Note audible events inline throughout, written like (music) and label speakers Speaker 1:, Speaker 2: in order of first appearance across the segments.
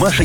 Speaker 1: Маша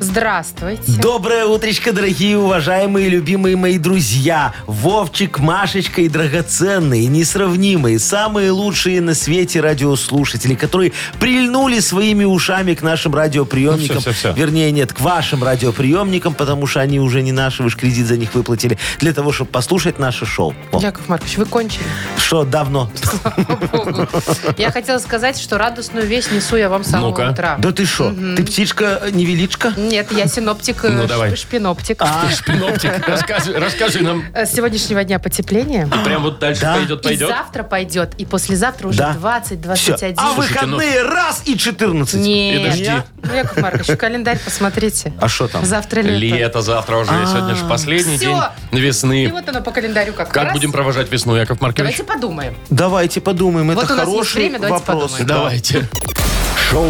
Speaker 2: Здравствуйте.
Speaker 3: Доброе утречко, дорогие, уважаемые, любимые мои друзья. Вовчик, Машечка и драгоценные, несравнимые, самые лучшие на свете радиослушатели, которые прильнули своими ушами к нашим радиоприемникам.
Speaker 4: Ну, всё, всё, всё.
Speaker 3: Вернее, нет, к вашим радиоприемникам, потому что они уже не наши, вы же кредит за них выплатили, для того, чтобы послушать наше шоу. О,
Speaker 2: Яков Маркович, вы кончили.
Speaker 3: Что давно?
Speaker 2: Богу.
Speaker 4: (laughs)
Speaker 2: Я хотела сказать, что радостную вещь несу я вам с самого
Speaker 4: Ну-ка.
Speaker 2: утра.
Speaker 3: Да ты что? Ты э, птичка-невеличка?
Speaker 2: Нет, я синоптик, э,
Speaker 4: Ну,
Speaker 2: ш-
Speaker 4: давай. А.
Speaker 2: шпиноптик.
Speaker 4: Шпиноптик, расскажи, расскажи нам.
Speaker 2: Э, С сегодняшнего дня потепление.
Speaker 4: Прям вот дальше
Speaker 3: Да.
Speaker 4: пойдет,
Speaker 2: И
Speaker 4: пойдет.
Speaker 2: завтра пойдет, и послезавтра уже
Speaker 3: Да.
Speaker 2: 20,
Speaker 3: Всё.
Speaker 2: 21.
Speaker 3: А
Speaker 4: Слушайте, ну-
Speaker 3: выходные раз и 14.
Speaker 2: Нет.
Speaker 4: И дожди.
Speaker 2: Ну, Яков Маркович, в календарь посмотрите.
Speaker 3: А что там?
Speaker 2: Завтра лето.
Speaker 4: Лето завтра уже, сегодня же последний
Speaker 2: Всё.
Speaker 4: день
Speaker 2: И
Speaker 4: весны.
Speaker 2: вот оно по календарю как
Speaker 4: Как
Speaker 2: раз.
Speaker 4: будем провожать весну, Яков Маркович?
Speaker 2: Давайте подумаем.
Speaker 3: Давайте подумаем.
Speaker 2: Вот
Speaker 3: Это
Speaker 2: у нас есть
Speaker 3: хороший
Speaker 2: время, давайте
Speaker 3: вопрос.
Speaker 2: подумаем.
Speaker 4: Давайте.
Speaker 1: Шоу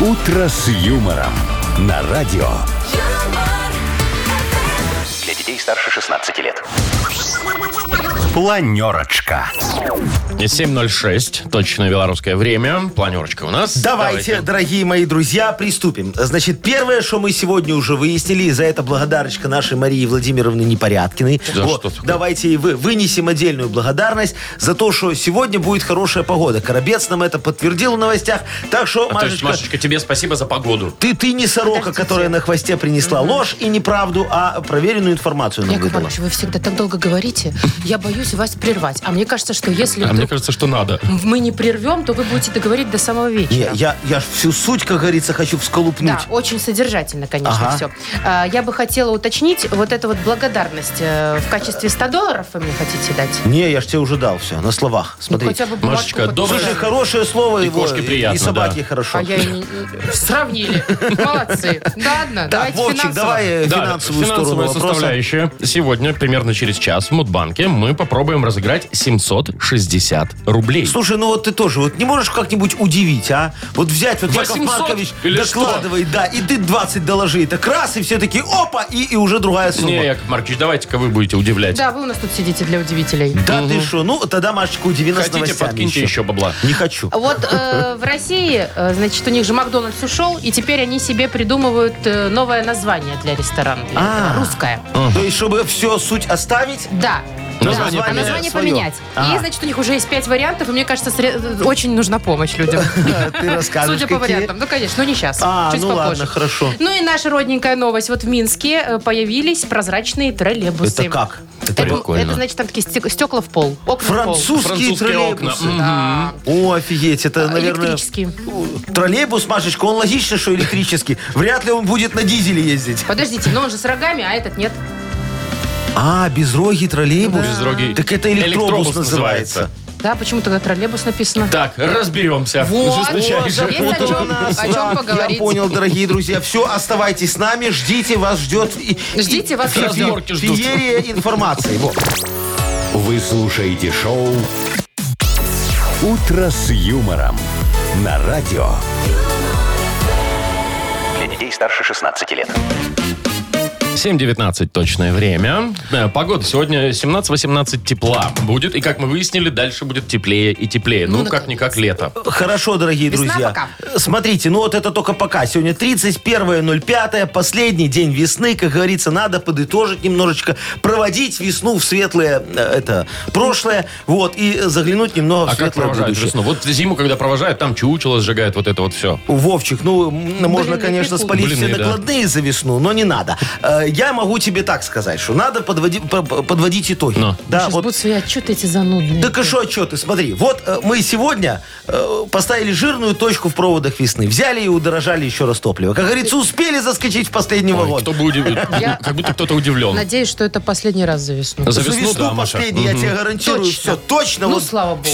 Speaker 1: «Утро с юмором» на радио. Для детей старше 16 лет. Планерочка.
Speaker 4: 7.06, точное белорусское время. Планерочка у нас.
Speaker 3: Давайте, дорогие мои друзья, приступим. Значит, первое, что мы сегодня уже выяснили, и за это благодарочка нашей Марии Владимировны Непорядкиной.
Speaker 4: За что такое?
Speaker 3: давайте и вы вынесем отдельную благодарность за то, что сегодня будет хорошая погода. Коробец нам это подтвердил в новостях. Так что,
Speaker 4: А то есть,
Speaker 3: Машечка,
Speaker 4: Машечка, тебе спасибо за погоду.
Speaker 3: ты, ты не сорока, которая на хвосте принесла ложь и неправду, а проверенную
Speaker 4: Ну,
Speaker 3: информацию нам
Speaker 2: Яков
Speaker 3: выдала.
Speaker 2: Маркович, вы всегда так долго говорите, я боюсь вас прервать. А мне кажется, что если
Speaker 4: А мне
Speaker 2: вдруг
Speaker 4: кажется, что надо.
Speaker 2: мы не прервем, то вы будете договорить до самого
Speaker 3: Не,
Speaker 2: вечера.
Speaker 3: я, я ж всю суть, как говорится, хочу всколупнуть.
Speaker 2: Да, очень содержательно, конечно,
Speaker 3: Ага.
Speaker 2: все. Я бы хотела уточнить вот эту вот благодарность э, в качестве 100 долларов вы мне хотите дать?
Speaker 3: Не, я ж тебе уже дал все, на словах.
Speaker 2: Ну,
Speaker 3: Смотри.
Speaker 2: хотя бы бумажку
Speaker 4: Машечка,
Speaker 2: подпишите.
Speaker 4: доброе-
Speaker 3: Слушай, хорошее слово
Speaker 4: Ну, И
Speaker 3: его,
Speaker 4: кошке приятно,
Speaker 3: и собаке
Speaker 4: да.
Speaker 3: хорошо.
Speaker 2: А я и не- не- сравнили. Молодцы. Да, Ладно,
Speaker 3: Так,
Speaker 2: давайте
Speaker 3: Вовчик,
Speaker 2: финансово.
Speaker 3: давай э,
Speaker 4: Да,
Speaker 3: финансовую сторону
Speaker 4: финансовая
Speaker 3: вопроса.
Speaker 4: составляющая. Сегодня, примерно через час, в Мудбанке мы попробуем разыграть 760 рублей.
Speaker 3: Слушай, ну вот ты тоже, вот не можешь как-нибудь удивить, а? Вот взять, вот Яков
Speaker 4: 800
Speaker 3: Маркович
Speaker 4: или
Speaker 3: докладывает, да, и ты 20 доложи, так раз, и все такие, опа, и, и уже другая сумма.
Speaker 4: Не, Яков Маркович, давайте-ка вы будете удивлять.
Speaker 2: Да, вы у нас тут сидите для удивителей.
Speaker 3: Да ты что? Ну, тогда, Машечка, удиви нас
Speaker 4: Хотите,
Speaker 3: новостями
Speaker 4: подкиньте еще бабла.
Speaker 3: Не хочу.
Speaker 2: Вот э, в России, э, значит, у них же Макдональдс ушел, и теперь они себе придумывают э, новое название для ресторана.
Speaker 3: А.
Speaker 2: Русское.
Speaker 3: То есть, чтобы все суть оставить, (laughs)
Speaker 2: Да.
Speaker 3: Ну,
Speaker 4: Название
Speaker 2: Да, а
Speaker 4: поменять.
Speaker 2: название
Speaker 3: Своё.
Speaker 2: поменять.
Speaker 3: Ага.
Speaker 2: И, значит, у них уже есть пять вариантов, и мне кажется, сре- очень нужна помощь
Speaker 3: (laughs)
Speaker 2: людям.
Speaker 3: ты расскажешь,
Speaker 2: Судя по
Speaker 3: какие.
Speaker 2: вариантам. Ну, конечно, но не сейчас.
Speaker 3: А,
Speaker 2: Чуть
Speaker 3: ну
Speaker 2: попозже.
Speaker 3: ладно, хорошо.
Speaker 2: Ну и наша родненькая новость. Вот в Минске э, появились прозрачные троллейбусы.
Speaker 3: Это как?
Speaker 2: Это,
Speaker 4: Прикольно.
Speaker 2: это, значит, там такие стек- стекла в пол. Окна в пол.
Speaker 3: Французские,
Speaker 4: Французские окна.
Speaker 3: троллейбусы.
Speaker 4: Мгм.
Speaker 2: Да. Э,
Speaker 3: О, офигеть, это, наверное...
Speaker 2: Электрические.
Speaker 3: Троллейбус, Машечка, он логично, что электрический. Вряд ли он будет на дизеле ездить.
Speaker 2: Подождите, но он же с рогами, а этот нет.
Speaker 3: А, безрогий троллейбус?
Speaker 4: Безрогий.
Speaker 3: Так это электробус,
Speaker 4: Электробус
Speaker 3: называется.
Speaker 4: называется.
Speaker 2: Да, почему тогда троллейбус написано?
Speaker 4: Так, разберемся.
Speaker 2: Вот,
Speaker 4: Уже случайно.
Speaker 2: вот, есть о чем, о чем
Speaker 3: Да,
Speaker 2: поговорить.
Speaker 3: Я понял, дорогие друзья. Все, оставайтесь с нами, ждите, вас ждет... и-
Speaker 2: Ждите, вас
Speaker 3: и-
Speaker 2: ждет.
Speaker 4: Разборки ждут.
Speaker 3: Феерия информации. Во.
Speaker 1: Вы слушаете шоу «Утро с юмором» на радио. Для детей старше 16 лет.
Speaker 4: 7.19 точное время. Э, Погода сегодня 17-18 тепла будет. И как мы выяснили, дальше будет теплее и теплее. Ну, как-никак лето.
Speaker 3: Хорошо, дорогие
Speaker 2: Весна
Speaker 3: друзья.
Speaker 2: пока.
Speaker 3: Смотрите, ну вот это только пока. Сегодня 31.05, последний день весны. Как говорится, надо подытожить немножечко, проводить весну в светлое, э, это, прошлое, вот, и заглянуть немного
Speaker 4: А
Speaker 3: в
Speaker 4: как
Speaker 3: светлое
Speaker 4: провожают
Speaker 3: будущее.
Speaker 4: весну? Вот зиму, когда провожают, там чучело сжигают, вот это вот все.
Speaker 3: Вовчик, ну, м, можно, конечно,
Speaker 2: пекут.
Speaker 3: спалить все
Speaker 4: Блины, да.
Speaker 3: накладные за весну, но не надо. Э, Я могу тебе так сказать, что надо подводи- по- по- подводить итоги.
Speaker 4: Ну.
Speaker 3: Да,
Speaker 2: Сейчас
Speaker 3: вот
Speaker 2: будут свои отчеты эти занудные.
Speaker 3: Так а что отчеты? Смотри, вот э, мы сегодня э, поставили жирную точку в проводах весны. Взяли и удорожали еще раз топливо. Как говорится, успели заскочить в последний
Speaker 4: Ой,
Speaker 3: вагон.
Speaker 4: Кто бы удив-
Speaker 2: Я-
Speaker 4: (laughs) Как будто кто-то удивлен.
Speaker 2: Надеюсь, что это последний раз за весну.
Speaker 4: За
Speaker 3: За
Speaker 4: весну,
Speaker 3: весну
Speaker 4: да, Маша.
Speaker 3: последний, я тебе гарантирую.
Speaker 2: Точно.
Speaker 3: Все, точно.
Speaker 2: Ну,
Speaker 3: вот
Speaker 2: слава богу.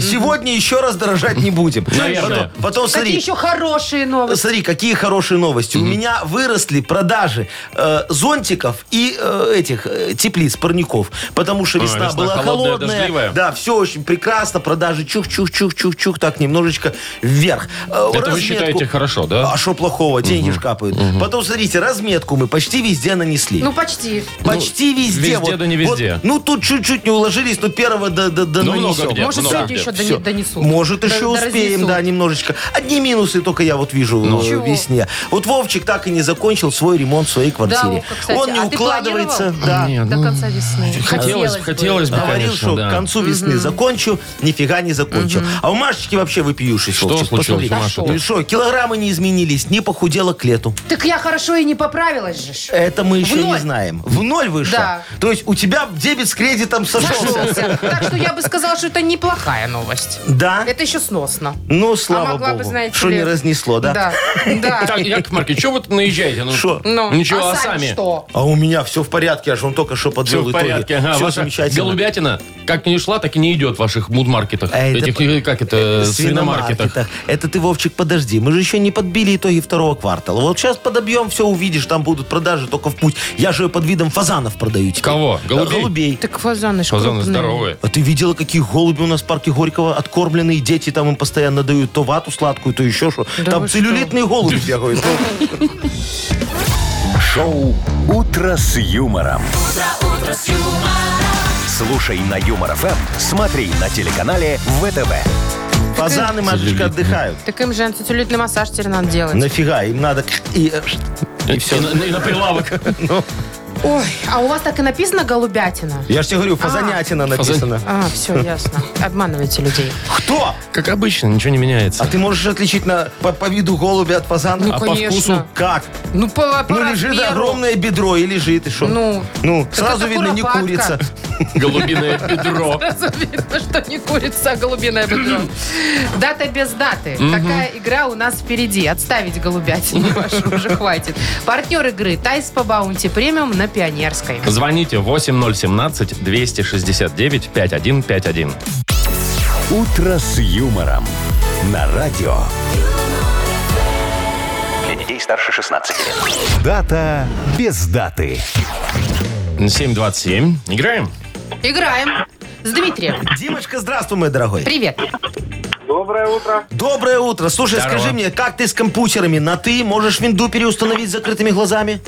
Speaker 3: Все, сегодня еще раз дорожать не будем.
Speaker 4: Наверное.
Speaker 3: Потом, потом
Speaker 2: Какие
Speaker 3: смотри,
Speaker 2: еще хорошие новости.
Speaker 3: Смотри, какие хорошие новости. У меня выросли продажи э, э, зонтиков и э, этих э, теплиц, парников. Потому что весна,
Speaker 4: весна
Speaker 3: была
Speaker 4: холодная,
Speaker 3: холодная.
Speaker 4: дождливая.
Speaker 3: Да, все очень прекрасно. Продажи чух-чух-чух-чух-чух, так немножечко вверх. Э,
Speaker 4: Это вы
Speaker 3: разметку-
Speaker 4: считаете хорошо, да?
Speaker 3: А что плохого? Деньги ж капают. Потом, смотрите, разметку мы почти везде нанесли.
Speaker 2: Ну, почти.
Speaker 3: Почти везде.
Speaker 4: ну, везде
Speaker 3: вот,
Speaker 4: да не везде.
Speaker 3: вот, ну, тут чуть-чуть не уложились, но первого до, до, до
Speaker 4: Ну, много
Speaker 3: нанесем.
Speaker 4: где.
Speaker 2: Может,
Speaker 4: ну, да,
Speaker 2: сегодня еще
Speaker 4: где?
Speaker 2: доне- донесу.
Speaker 3: Может,
Speaker 2: Д-
Speaker 3: еще успеем,
Speaker 2: доразнесу.
Speaker 3: да, немножечко. Одни минусы только я вот вижу э,
Speaker 2: Чего?
Speaker 3: весне. Вот Вовчик так и не закончил свой ремонт в своей квартире.
Speaker 2: Вовка, кстати,
Speaker 3: Он не
Speaker 2: а ты
Speaker 3: укладывается.
Speaker 2: планировал?
Speaker 3: Да. Ну.
Speaker 4: Нет,
Speaker 2: До конца весны.
Speaker 4: Хотелось, хотелось бы,
Speaker 2: да.
Speaker 3: Говорил,
Speaker 4: конечно,
Speaker 3: что
Speaker 4: да.
Speaker 3: к концу весны закончу, нифига не закончил. А у Машечки вообще выпиюшись.
Speaker 4: Что
Speaker 3: Вовчик,
Speaker 4: случилось
Speaker 3: посмотри.
Speaker 4: у Маши-то?
Speaker 3: Ну что, килограммы не изменились, не похудела к лету.
Speaker 2: Так я хорошо и не поправилась же. ж.
Speaker 3: Это мы еще не
Speaker 2: ноль.
Speaker 3: знаем. В ноль вышло.
Speaker 2: Да.
Speaker 3: То есть у тебя дебет с кредитом сошелся.
Speaker 2: Сошелся. Так что я бы сказала, что это неплохая новость.
Speaker 3: Да?
Speaker 2: Это еще сносно.
Speaker 3: Ну, слава
Speaker 2: а могла
Speaker 3: богу,
Speaker 2: бы, знаете
Speaker 3: что
Speaker 2: ли-
Speaker 3: не разнесло, да?
Speaker 2: Да, да.
Speaker 4: Так, Яков Маркович, что вы тут наезжаете? Ну,
Speaker 3: Шо?
Speaker 2: Ну,
Speaker 4: Ничего, а сами?
Speaker 2: что?
Speaker 3: А у меня все в порядке, аж он только что
Speaker 4: Все
Speaker 3: подвел
Speaker 4: в
Speaker 3: итоги.
Speaker 4: порядке. Ага,
Speaker 3: все
Speaker 4: ваша
Speaker 3: замечательно.
Speaker 4: Голубятина как не шла, так и не идет в ваших мудмаркетах.
Speaker 3: А это
Speaker 4: Этих,
Speaker 3: по-
Speaker 4: э, как это, свиномаркетах.
Speaker 3: свиномаркетах. Это ты, Вовчик, подожди. Мы же еще не подбили итоги второго квартала. Вот сейчас подобьем, все увидишь, там будут продажи только в путь. Я же ее под видом фазанов продаю теперь.
Speaker 4: Кого? Голубей?
Speaker 3: Э, Голубей.
Speaker 2: Так фазаны ж
Speaker 4: Фазаны
Speaker 2: крупные.
Speaker 4: здоровые.
Speaker 3: А ты видела, какие голуби у нас в парке Горького откормленные? Дети там им постоянно дают то вату сладкую, то еще что.
Speaker 2: Да
Speaker 3: там
Speaker 2: вы
Speaker 3: целлюлитные голуби бегают.
Speaker 1: Шоу «Утро с юмором». Слушай на Юмор ФМ, смотри на телеканале ВТВ.
Speaker 3: Ну,
Speaker 2: (laughs)
Speaker 3: Фазаны, Машечка, отдыхают.
Speaker 2: Так им же антицеллюлитный массаж теперь надо делать.
Speaker 3: Нафига? Им надо... И... э,
Speaker 4: И, на, и на
Speaker 3: (laughs)
Speaker 4: прилавок.
Speaker 2: Ой, а у вас так и написано голубятина?
Speaker 3: Я же тебе говорю, фазанятина написано.
Speaker 2: А, все, ясно. Обманываете людей.
Speaker 3: Кто?
Speaker 4: Как обычно, ничего не
Speaker 3: А (laughs)
Speaker 4: меняется.
Speaker 3: ты можешь отличить на, по, по виду голубя от фазана?
Speaker 2: Ну,
Speaker 3: а
Speaker 2: конечно.
Speaker 3: по вкусу как?
Speaker 2: Ну, по, по
Speaker 3: ну, лежит
Speaker 2: размеру.
Speaker 3: огромное бедро и лежит, и что?
Speaker 2: Ну,
Speaker 3: ну
Speaker 2: так
Speaker 3: сразу
Speaker 2: это
Speaker 3: видно, не
Speaker 2: куропатка.
Speaker 3: курица.
Speaker 4: Голубиное бедро.
Speaker 2: Сразу видно, что не курица, а голубиное бедро. Дата без даты. Какая игра у нас впереди? Отставить голубятину вашу уже хватит. Партнер игры Тайс по баунти премиум на Пионерской.
Speaker 4: Звоните 8017-269-5151.
Speaker 1: «Утро с юмором» на радио. Для детей старше 16 лет. Дата без даты.
Speaker 4: 727. Играем?
Speaker 2: Играем с Дмитрием.
Speaker 3: Димочка, здравствуй, мой дорогой.
Speaker 2: Привет.
Speaker 5: Доброе утро.
Speaker 3: Доброе утро. Слушай,
Speaker 4: Здорово.
Speaker 3: скажи мне, как ты с компьютерами? На ты можешь винду переустановить с закрытыми глазами?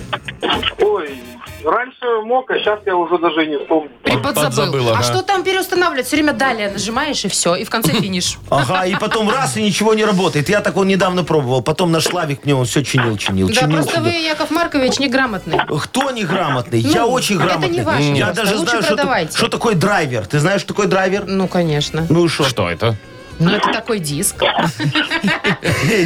Speaker 5: Ой, раньше мог, а сейчас я уже даже и не вспомню.
Speaker 4: подзабыл,
Speaker 2: Приподзабыл.
Speaker 4: ага.
Speaker 2: А что там переустанавливать? Все время далее нажимаешь и все, и в конце финиш.
Speaker 3: Ага, и потом раз, и ничего не работает. Я так он недавно пробовал. Потом наш Славик мне он все чинил, чинил,
Speaker 2: Да,
Speaker 3: чинил,
Speaker 2: просто
Speaker 3: чинил.
Speaker 2: вы, Яков Маркович, неграмотный.
Speaker 3: Кто неграмотный?
Speaker 2: Ну,
Speaker 3: я очень
Speaker 2: это
Speaker 3: грамотный.
Speaker 2: не важно
Speaker 3: Я
Speaker 2: просто.
Speaker 3: даже
Speaker 2: Лучше
Speaker 3: знаю, что, так-
Speaker 2: продавайте.
Speaker 3: что такое драйвер. Ты знаешь, что такое драйвер?
Speaker 2: Ну, конечно.
Speaker 3: Ну и что?
Speaker 4: Что это?
Speaker 2: Ну, это такой диск,
Speaker 3: (laughs)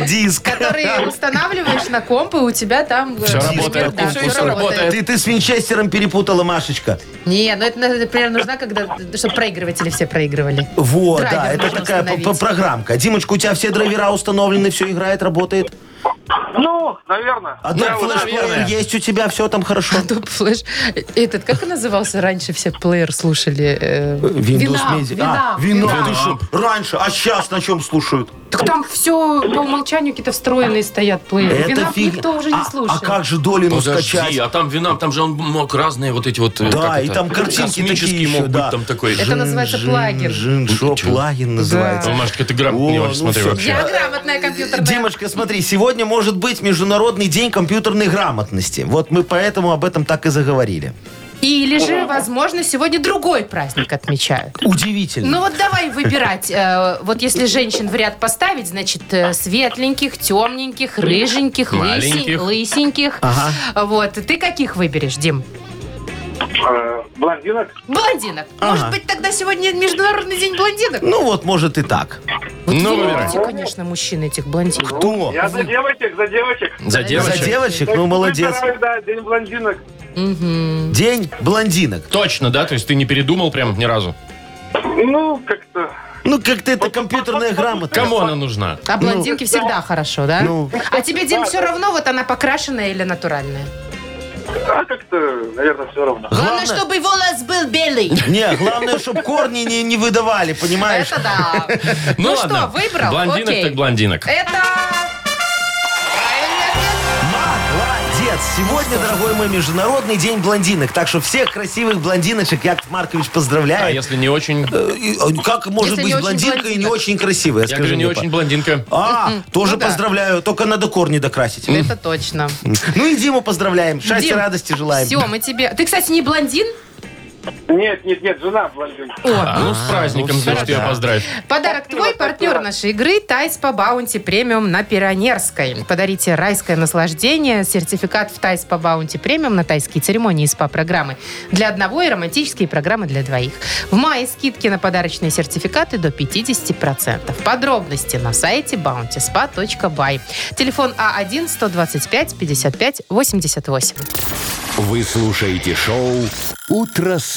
Speaker 3: Диск.
Speaker 2: который устанавливаешь на комп, и у тебя там... э,
Speaker 4: Все
Speaker 3: Диск,
Speaker 4: работает.
Speaker 2: да,
Speaker 4: кус-
Speaker 2: всё
Speaker 4: кус-
Speaker 2: работает.
Speaker 3: Ты, ты с винчестером перепутала, Машечка.
Speaker 2: Не, ну это, например, нужна, когда, чтобы проигрыватели все проигрывали.
Speaker 3: Вот,
Speaker 2: Драйвер
Speaker 3: да, это
Speaker 2: можно
Speaker 3: такая п- п-
Speaker 2: установить.
Speaker 3: программка. Димочка, у тебя все драйвера установлены, все играет, работает.
Speaker 5: Ну, наверное.
Speaker 3: Одно
Speaker 5: Я вот
Speaker 3: флешплеер
Speaker 4: наверное.
Speaker 3: есть у тебя, все там хорошо.
Speaker 2: Топ флеш. Этот, как он назывался раньше, все плеер слушали? э,
Speaker 3: Windows
Speaker 2: Вина,
Speaker 3: Media.
Speaker 2: вина,
Speaker 3: а, вино.
Speaker 2: вина.
Speaker 3: Ты что, раньше, а сейчас на чем слушают?
Speaker 2: Так там все по умолчанию какие-то встроенные стоят плееры. Вина
Speaker 3: фиг-
Speaker 2: никто уже не
Speaker 3: А-
Speaker 2: слушает.
Speaker 3: А, как же Долину скачать?
Speaker 4: Подожди, а там вина, там же он мог разные вот эти вот... э,
Speaker 3: Да,
Speaker 4: как
Speaker 3: и
Speaker 4: это,
Speaker 3: там картинки
Speaker 4: космические
Speaker 3: такие еще,
Speaker 4: мог быть,
Speaker 3: да.
Speaker 4: там такой...
Speaker 2: Это называется плагин.
Speaker 3: Жин, шо, плагин называется.
Speaker 4: Ну, Машечка, ты грамотно
Speaker 3: О,
Speaker 4: не очень
Speaker 3: ну
Speaker 4: смотри
Speaker 3: всё.
Speaker 4: вообще.
Speaker 2: Я грамотная компьютерная.
Speaker 3: Димочка, смотри, сегодня может быть Международный день компьютерной грамотности. Вот мы поэтому об этом так и заговорили.
Speaker 2: Или же, возможно, сегодня другой праздник отмечают.
Speaker 3: Удивительно.
Speaker 2: Ну вот давай выбирать. Э, Вот если женщин в ряд поставить, значит, э, светленьких, темненьких, рыженьких, лысень-
Speaker 4: Маленьких.
Speaker 2: лысеньких. Вот. Ты каких выберешь, Дим?
Speaker 5: э, Блондинок.
Speaker 2: Блондинок. Может быть, тогда сегодня Международный день блондинок?
Speaker 3: Ну вот, может и так.
Speaker 4: Ну, выбирай.
Speaker 2: Выбирайте, конечно, мужчин этих блондинок.
Speaker 3: Кто?
Speaker 5: Я за девочек, за девочек.
Speaker 4: За
Speaker 3: Ну, За
Speaker 4: девочек?
Speaker 3: девочек? Ну, молодец.
Speaker 5: Выбираю, да, день блондинок.
Speaker 3: День блондинок.
Speaker 4: Точно, да? То есть ты не передумал прям ни разу?
Speaker 5: Ну, как-то.
Speaker 3: Ну, как-то это компьютерная грамота.
Speaker 4: Кому она нужна?
Speaker 2: А блондинки всегда хорошо, да?
Speaker 3: Ну.
Speaker 2: А тебе, Дим, все равно, вот она покрашенная или натуральная?
Speaker 5: А как-то, наверное, все равно.
Speaker 2: Главное, чтобы волос был белый.
Speaker 3: Не, главное, чтобы корни не, не выдавали, понимаешь?
Speaker 2: Это да. Ну что,
Speaker 4: ладно.
Speaker 2: выбрал?
Speaker 4: Блондинок
Speaker 2: Окей. Э,
Speaker 4: так блондинок.
Speaker 2: Это... правильный ответ.
Speaker 3: Молодец! Сегодня, дорогой мой, Международный день блондинок. Так что всех красивых блондиночек Яков Маркович
Speaker 4: А
Speaker 3: поздравляет.
Speaker 4: если не очень...
Speaker 3: Э, и, э, Как может
Speaker 2: Если
Speaker 3: быть
Speaker 2: не очень
Speaker 3: блондинка и не
Speaker 2: блондинка.
Speaker 3: очень красивая?
Speaker 4: Я
Speaker 3: Скажи
Speaker 4: говорю, не
Speaker 3: мне,
Speaker 4: очень
Speaker 3: па.
Speaker 4: блондинка.
Speaker 3: А, тоже
Speaker 2: Ну да.
Speaker 3: поздравляю, только надо корни докрасить.
Speaker 2: Это точно.
Speaker 3: Ну и Диму поздравляем. Счастья, радости желаем.
Speaker 2: Все, мы тебе... Ты, кстати, не блондин?
Speaker 5: Нет, нет, нет, жена блондинка.
Speaker 4: А, ну, с праздником,
Speaker 3: всё,
Speaker 4: Даш, тебя
Speaker 3: да.
Speaker 4: поздравь.
Speaker 2: Подарок твой, партнер нашей игры Тайс по Баунти Премиум на Пионерской. Подарите райское наслаждение, сертификат в Тайс по Баунти Премиум на тайские церемонии и СПА-программы для одного и романтические программы для двоих. В мае скидки на подарочные сертификаты до 50%. Подробности на сайте bountyspa.by. Телефон А А1-125-55-88.
Speaker 1: Вы слушаете шоу «Утро с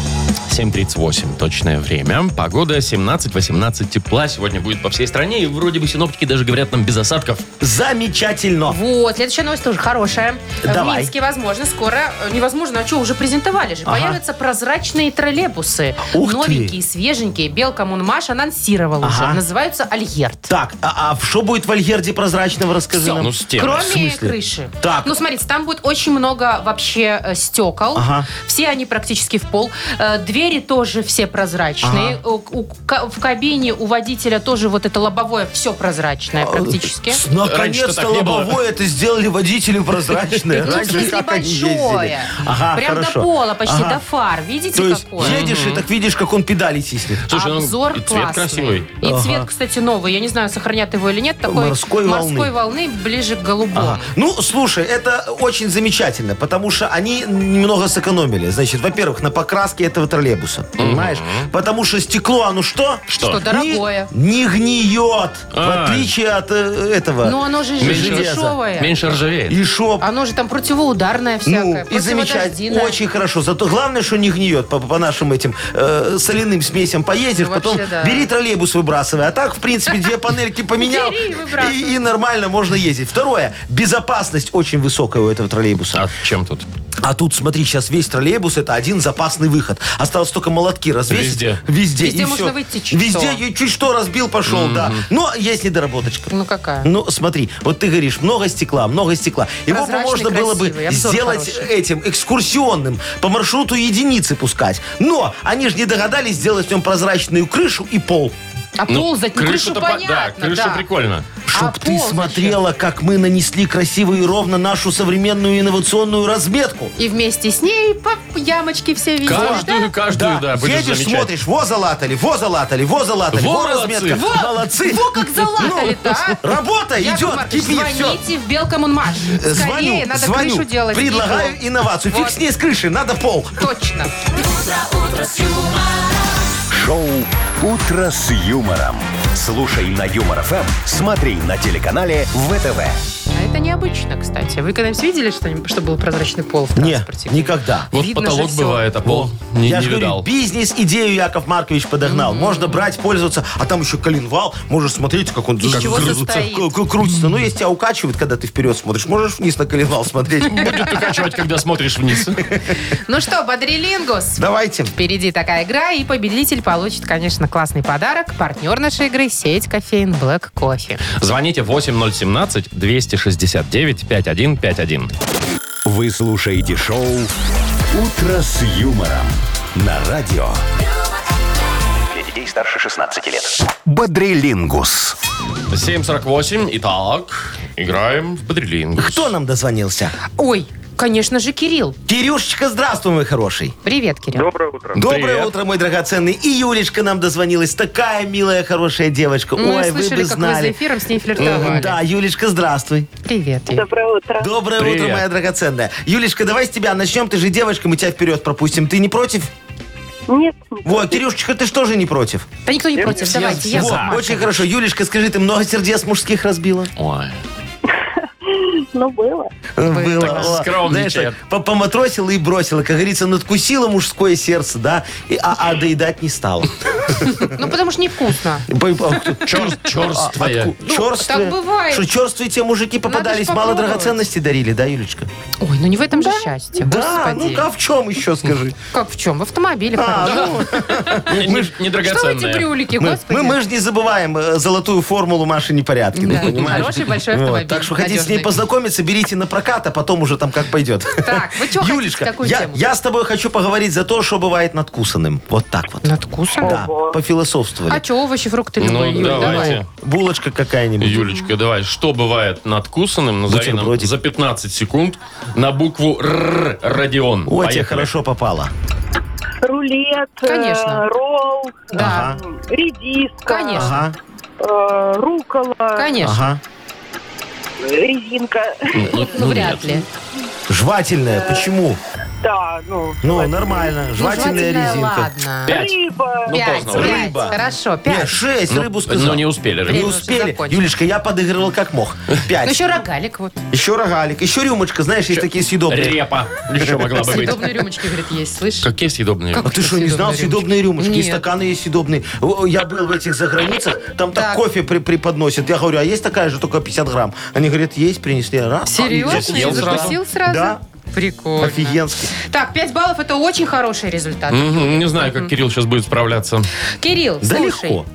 Speaker 4: 7.38 точное время. Погода 17-18 тепла. Сегодня будет по всей стране. И вроде бы синоптики даже говорят нам без осадков.
Speaker 3: Замечательно.
Speaker 2: Вот, следующая новость тоже хорошая.
Speaker 3: Давай.
Speaker 2: В Минске, возможно, скоро, э, невозможно, а что, уже презентовали же,
Speaker 3: Ага.
Speaker 2: появятся прозрачные троллейбусы.
Speaker 3: Ух ты.
Speaker 2: Новенькие, свеженькие. Белкоммунмаш анонсировал
Speaker 3: Ага.
Speaker 2: уже. Называются Альерт.
Speaker 3: Так, а, а что будет в Альгерде прозрачного, расскажи
Speaker 2: Всё.
Speaker 3: нам.
Speaker 4: Ну, стены.
Speaker 3: В
Speaker 2: Кроме
Speaker 3: смысле?
Speaker 2: крыши.
Speaker 3: Так.
Speaker 2: Ну, смотрите, там будет очень много вообще э, стекол.
Speaker 3: Ага.
Speaker 2: Все они практически в пол. Э, двери тоже все прозрачные. Э, У- у- ка- в кабине у водителя тоже вот это лобовое все прозрачное
Speaker 3: Э,
Speaker 2: практически.
Speaker 3: С-
Speaker 4: Раньше-то
Speaker 3: Наконец-то
Speaker 4: так не было.
Speaker 3: лобовое это сделали
Speaker 2: (laughs)
Speaker 3: водители прозрачное.
Speaker 2: Ну, в
Speaker 3: Раньше
Speaker 2: смысле,
Speaker 3: как они ездили.
Speaker 2: большое.
Speaker 3: Ага,
Speaker 2: Прям до
Speaker 3: хорошо.
Speaker 2: пола, почти
Speaker 3: Ага.
Speaker 2: до фар. Видите,
Speaker 3: То есть
Speaker 2: какое?
Speaker 3: едешь и так видишь, как он педали тиснет.
Speaker 4: Слушай, ну,
Speaker 2: Обзор
Speaker 4: и цвет
Speaker 2: классный.
Speaker 4: красивый.
Speaker 2: И цвет, кстати, новый. Я не знаю, сохранят его или нет. Такой
Speaker 3: Морской волны.
Speaker 2: волны ближе к голубому.
Speaker 3: Ага. Ну, слушай, это очень замечательно, потому что они немного сэкономили. Значит, во-первых, на покраске этого троллейбуса, понимаешь? Потому что стекло, оно что?
Speaker 2: Что дорогое.
Speaker 3: Не, не гниет,
Speaker 4: А.
Speaker 3: в отличие от э, этого.
Speaker 2: Но оно же
Speaker 4: Меньше веса.
Speaker 2: дешевое.
Speaker 4: Меньше ржавеет.
Speaker 3: И шо?
Speaker 2: Оно же там противоударное
Speaker 3: Ну,
Speaker 2: всякое.
Speaker 3: и замечательно.
Speaker 2: противодождиное.
Speaker 3: Очень хорошо. Зато главное, что не гниет по, по нашим этим э, соляным смесям. Поедешь,
Speaker 2: Ну,
Speaker 3: потом
Speaker 2: вообще, да.
Speaker 3: бери троллейбус, выбрасывай. А так, в принципе,
Speaker 2: (laughs)
Speaker 3: две панельки поменял.
Speaker 2: Бери и выбрасывай.
Speaker 3: и- и нормально можно ездить. Второе. Безопасность очень высокая у этого троллейбуса.
Speaker 4: А чем тут?
Speaker 2: Ну,
Speaker 3: А тут, смотри, сейчас весь троллейбус это один запасный выход. Осталось только молотки развесить.
Speaker 4: Везде.
Speaker 3: Везде.
Speaker 2: Везде
Speaker 3: и
Speaker 2: можно
Speaker 3: всё.
Speaker 2: выйти чуть
Speaker 3: Везде
Speaker 2: что.
Speaker 3: и чуть что разбил, пошел, да. Но есть недоработочка.
Speaker 2: Ну какая?
Speaker 3: Ну, смотри, вот ты говоришь, много стекла, много стекла. Его бы
Speaker 2: Прозрачный,
Speaker 3: можно было бы
Speaker 2: красивый, обзор
Speaker 3: сделать
Speaker 2: хороший.
Speaker 3: этим экскурсионным, по маршруту единицы пускать. Но они же не догадались сделать в нем прозрачную крышу и пол.
Speaker 2: А ползать, ну, крышу
Speaker 4: крышу-то по-
Speaker 2: понятно.
Speaker 4: Да, крыша
Speaker 2: да.
Speaker 4: прикольно.
Speaker 3: Чтоб
Speaker 2: А
Speaker 3: ты
Speaker 2: пол
Speaker 3: смотрела, как мы нанесли красиво и ровно нашу современную инновационную разметку.
Speaker 2: И вместе с ней по ямочки все видели,
Speaker 4: Каждую,
Speaker 2: да?
Speaker 4: каждую, да, будешь
Speaker 3: едешь,
Speaker 4: замечать.
Speaker 3: смотришь, во залатали, во залатали, во залатали,
Speaker 4: Во
Speaker 3: во,
Speaker 4: молодцы.
Speaker 3: разметка.
Speaker 4: Во!
Speaker 3: Молодцы. Ну,
Speaker 2: Во как залатали-то, а?
Speaker 3: Работа
Speaker 2: Яков
Speaker 3: идет,
Speaker 2: Маркович,
Speaker 3: кипит, все.
Speaker 2: Звоните в Белкоммунмаш. Скорее,
Speaker 3: Звоню,
Speaker 2: надо
Speaker 3: звоню.
Speaker 2: крышу делать.
Speaker 3: Предлагаю
Speaker 2: Никого.
Speaker 3: инновацию. Фиг
Speaker 2: Вот.
Speaker 3: с ней с крыши, надо пол.
Speaker 2: Точно.
Speaker 1: Шоу «Утро с юмором». Слушай на Юмор ФМ, смотри на телеканале ВТВ.
Speaker 2: А это необычно, кстати. Вы когда-нибудь видели, что, что был прозрачный пол в
Speaker 3: Не,
Speaker 2: транспорте?
Speaker 3: никогда.
Speaker 4: Вот
Speaker 2: Видно
Speaker 4: потолок
Speaker 2: же всё.
Speaker 4: бывает, а пол не,
Speaker 3: Я
Speaker 4: не
Speaker 3: же говорю,
Speaker 4: видал.
Speaker 3: бизнес-идею Яков Маркович подогнал. Можно брать, пользоваться, а там еще коленвал. Можешь смотреть, как он
Speaker 2: Из
Speaker 3: как
Speaker 2: чего
Speaker 3: крутится.
Speaker 2: состоит?
Speaker 3: к- к- крутится. Ну, если тебя укачивает, когда ты вперед смотришь, можешь вниз на коленвал
Speaker 2: (laughs)
Speaker 3: смотреть.
Speaker 4: Будет укачивать, когда смотришь вниз.
Speaker 2: Ну что, Бодрилингус?
Speaker 3: Давайте.
Speaker 2: Впереди такая игра, и победитель получит, конечно, классный подарок. Партнер нашей игры – сеть кофеин Black Кофе.
Speaker 4: Звоните 8017-269-5151.
Speaker 1: Вы слушаете шоу «Утро с юмором» на радио.
Speaker 6: Для детей старше 16 лет.
Speaker 1: Бодрилингус.
Speaker 4: 748. Итак, играем в бодрелинг.
Speaker 3: Кто нам дозвонился?
Speaker 2: Ой, конечно же, Кирилл.
Speaker 3: Кирюшечка, здравствуй, мой хороший.
Speaker 2: Привет, Кирилл.
Speaker 5: Доброе утро.
Speaker 3: Доброе
Speaker 4: Привет.
Speaker 3: утро, мой драгоценный. И Юлечка нам дозвонилась. Такая милая, хорошая девочка.
Speaker 2: Мы
Speaker 3: Ой, вы
Speaker 2: слышали,
Speaker 3: бы
Speaker 2: как вы за
Speaker 3: знали.
Speaker 2: эфиром с ней флиртовали.
Speaker 3: Да, Юлечка, здравствуй.
Speaker 2: Привет, Юль.
Speaker 7: Доброе утро.
Speaker 3: Доброе
Speaker 4: Привет.
Speaker 3: утро, моя драгоценная. Юлечка, давай с тебя начнем. Ты же девочка, мы тебя вперед пропустим. Ты не против?
Speaker 7: Нет,
Speaker 3: Во, Кирюшечка, ты же тоже не против?
Speaker 2: Да никто не против, давайте, я
Speaker 3: Во,
Speaker 4: А,
Speaker 2: сама.
Speaker 3: очень хорошо. Юлечка, скажи, ты много сердец мужских разбила?
Speaker 4: Ой.
Speaker 7: ну было.
Speaker 3: Было.
Speaker 4: Э, Так
Speaker 3: О,
Speaker 4: скромничает.
Speaker 3: знаешь, так,
Speaker 4: (laughs)
Speaker 3: по- Поматросила и бросила. Как говорится, надкусила мужское сердце, да? И- а, а доедать не стала.
Speaker 2: Ну, потому что невкусно.
Speaker 4: Черт, черствая.
Speaker 2: Ну, так бывает.
Speaker 3: Что черствые те мужики попадались, мало
Speaker 2: попробовать.
Speaker 3: драгоценностей дарили, да, Юлечка?
Speaker 2: Ой, ну не в этом же счастье.
Speaker 3: Да,
Speaker 2: Господи.
Speaker 3: ну а в чем
Speaker 4: (laughs)
Speaker 3: еще, скажи? А, ну,
Speaker 2: Как в чем? В автомобиле. хорошо. Что эти
Speaker 4: Недрагоценная.
Speaker 2: брюлики,
Speaker 3: Мы,
Speaker 2: господи.
Speaker 3: мы, мы же не забываем э, золотую формулу Маши Непорядки,
Speaker 2: Да,
Speaker 3: ну, понимаешь?
Speaker 2: хороший большой
Speaker 3: Вот,
Speaker 2: автомобиль.
Speaker 3: так что хотите с ней
Speaker 2: надежный.
Speaker 3: познакомиться, берите на прокат, а потом уже там как пойдет.
Speaker 2: Так, вы чё хотите,
Speaker 3: Юлечка,
Speaker 2: какую
Speaker 3: я,
Speaker 2: тему?
Speaker 3: я с тобой хочу поговорить за то, что бывает надкусанным. Вот так вот.
Speaker 2: Надкусано?
Speaker 3: Да, пофилософствовали.
Speaker 2: Ну, А что, овощи, фрукты,
Speaker 4: Ну,
Speaker 2: любые? Юль,
Speaker 4: давайте.
Speaker 3: Булочка какая-нибудь.
Speaker 4: Юлечка, давай, что бывает надкусанным? Назови нам
Speaker 3: Бутербродик.
Speaker 4: за 15 секунд на букву Р Родион.
Speaker 3: О, тебе
Speaker 4: Поехали.
Speaker 3: хорошо попало.
Speaker 7: Рулет, э,
Speaker 2: Конечно.
Speaker 7: ролл,
Speaker 2: Да.
Speaker 7: э, редиска,
Speaker 2: Конечно.
Speaker 3: Ага,
Speaker 7: э, рукола,
Speaker 2: Конечно.
Speaker 3: ага.
Speaker 7: резинка. (laughs)
Speaker 4: Ну,
Speaker 2: Ну,
Speaker 4: ну, нет.
Speaker 2: вряд ли.
Speaker 3: Жвательная, почему?
Speaker 7: Да, ну,
Speaker 3: Ну, нормально,
Speaker 2: Ну,
Speaker 3: жвательная резинка.
Speaker 2: ладно.
Speaker 4: Пять.
Speaker 7: рыба.
Speaker 4: Ну,
Speaker 2: Пять,
Speaker 4: поздно.
Speaker 2: пять.
Speaker 3: Рыба.
Speaker 2: Хорошо,
Speaker 3: Не,
Speaker 2: пять.
Speaker 3: шесть,
Speaker 4: Ну,
Speaker 3: рыбу сказал.
Speaker 4: ну, не успели,
Speaker 3: Не
Speaker 4: рыбу.
Speaker 2: уже
Speaker 3: успели.
Speaker 2: закончили.
Speaker 3: Юлечка, я подыгрывал как мог.
Speaker 2: Ну,
Speaker 3: Пять.
Speaker 2: еще рогалик вот.
Speaker 3: Еще рогалик, еще рюмочка, знаешь, есть такие съедобные.
Speaker 4: Репа еще могла бы быть.
Speaker 2: Съедобные рюмочки, говорит, есть, слышь?
Speaker 4: Какие съедобные?
Speaker 2: Как
Speaker 3: А ты что, не знал съедобные рюмочки? И
Speaker 2: Нет.
Speaker 3: стаканы есть съедобные. О, Я был в этих заграницах, там так,
Speaker 2: Так.
Speaker 3: кофе при- преподносят. Я говорю, а есть такая же, только 50 грамм? Они говорят, есть, принесли. «А, Раз,
Speaker 4: Я
Speaker 2: Серьезно?
Speaker 4: съел
Speaker 2: Я
Speaker 4: сразу.
Speaker 2: закусил сразу?
Speaker 3: Да.
Speaker 2: Прикольно.
Speaker 3: Офигенски.
Speaker 2: Так, 5 баллов это очень хороший результат.
Speaker 4: Мгм, Не знаю, как Кирилл сейчас будет справляться.
Speaker 2: Кирилл,
Speaker 3: Да
Speaker 2: слушай.
Speaker 3: легко.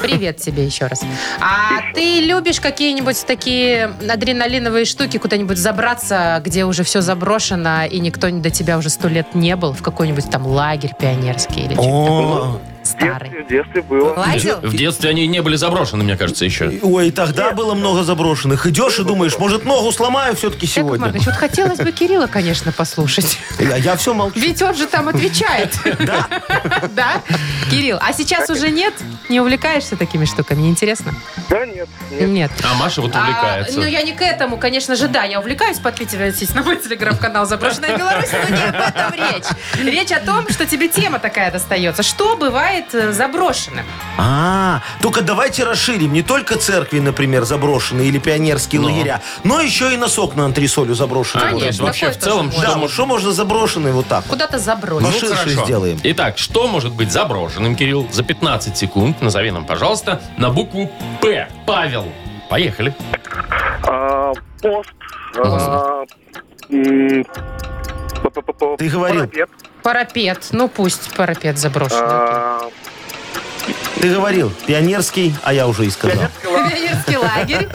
Speaker 2: Привет тебе еще раз. А ты любишь какие-нибудь такие адреналиновые штуки куда-нибудь забраться, где уже все заброшено и никто до тебя уже сто лет не был в какой-нибудь там лагерь пионерский или чё-
Speaker 3: О,
Speaker 5: детстве,
Speaker 2: старый?
Speaker 5: в детстве было.
Speaker 2: Лазил?
Speaker 4: В детстве они не были заброшены, мне кажется, еще.
Speaker 3: Ой, и тогда было много заброшенных. Идешь и думаешь, может, ногу сломаю все-таки
Speaker 2: Яков
Speaker 3: сегодня.
Speaker 2: Маркович, вот хотелось бы Кирилла, конечно,
Speaker 3: (laughs)
Speaker 2: послушать.
Speaker 3: Я, я все молчу.
Speaker 2: Ведь он же там отвечает. Да? (laughs) Да? Кирилл, а сейчас уже нет? Не увлекаешься такими штуками? Неинтересно?
Speaker 5: Да нет, нет.
Speaker 2: Нет.
Speaker 4: А Маша вот увлекается.
Speaker 2: А, ну, я не к этому, конечно же, да, я увлекаюсь, подписывайтесь на мой телеграм-канал «Заброшенная Беларусь», но не об этом речь. Речь о том, что тебе тема такая достается. Что бывает э, заброшенным?
Speaker 3: А, только давайте расширим не только церкви, например, заброшенные или пионерские лагеря, но еще и носок на антресолю заброшенный.
Speaker 4: А, то
Speaker 2: Конечно,
Speaker 4: есть
Speaker 3: может быть.
Speaker 4: вообще в
Speaker 2: такое
Speaker 4: целом,
Speaker 2: тоже
Speaker 3: Да,
Speaker 4: что
Speaker 3: ну
Speaker 4: может...
Speaker 3: что можно заброшенный вот так вот?
Speaker 2: Куда-то забросить.
Speaker 3: Машинкой сделаем.
Speaker 4: Итак, что может быть заброшенным, Кирилл? За 15 секунд назови нам, пожалуйста, на букву «П». Павел. Поехали.
Speaker 5: А, пост. а, м, п-п-п-п-
Speaker 3: Ты говорил.
Speaker 5: парапет,
Speaker 2: Парапет. Ну, пусть парапет заброшенный.
Speaker 5: а,
Speaker 3: Ты говорил, пионерский, а я уже и сказал.
Speaker 5: пионерский лагерь,
Speaker 2: Пионерский лагерь.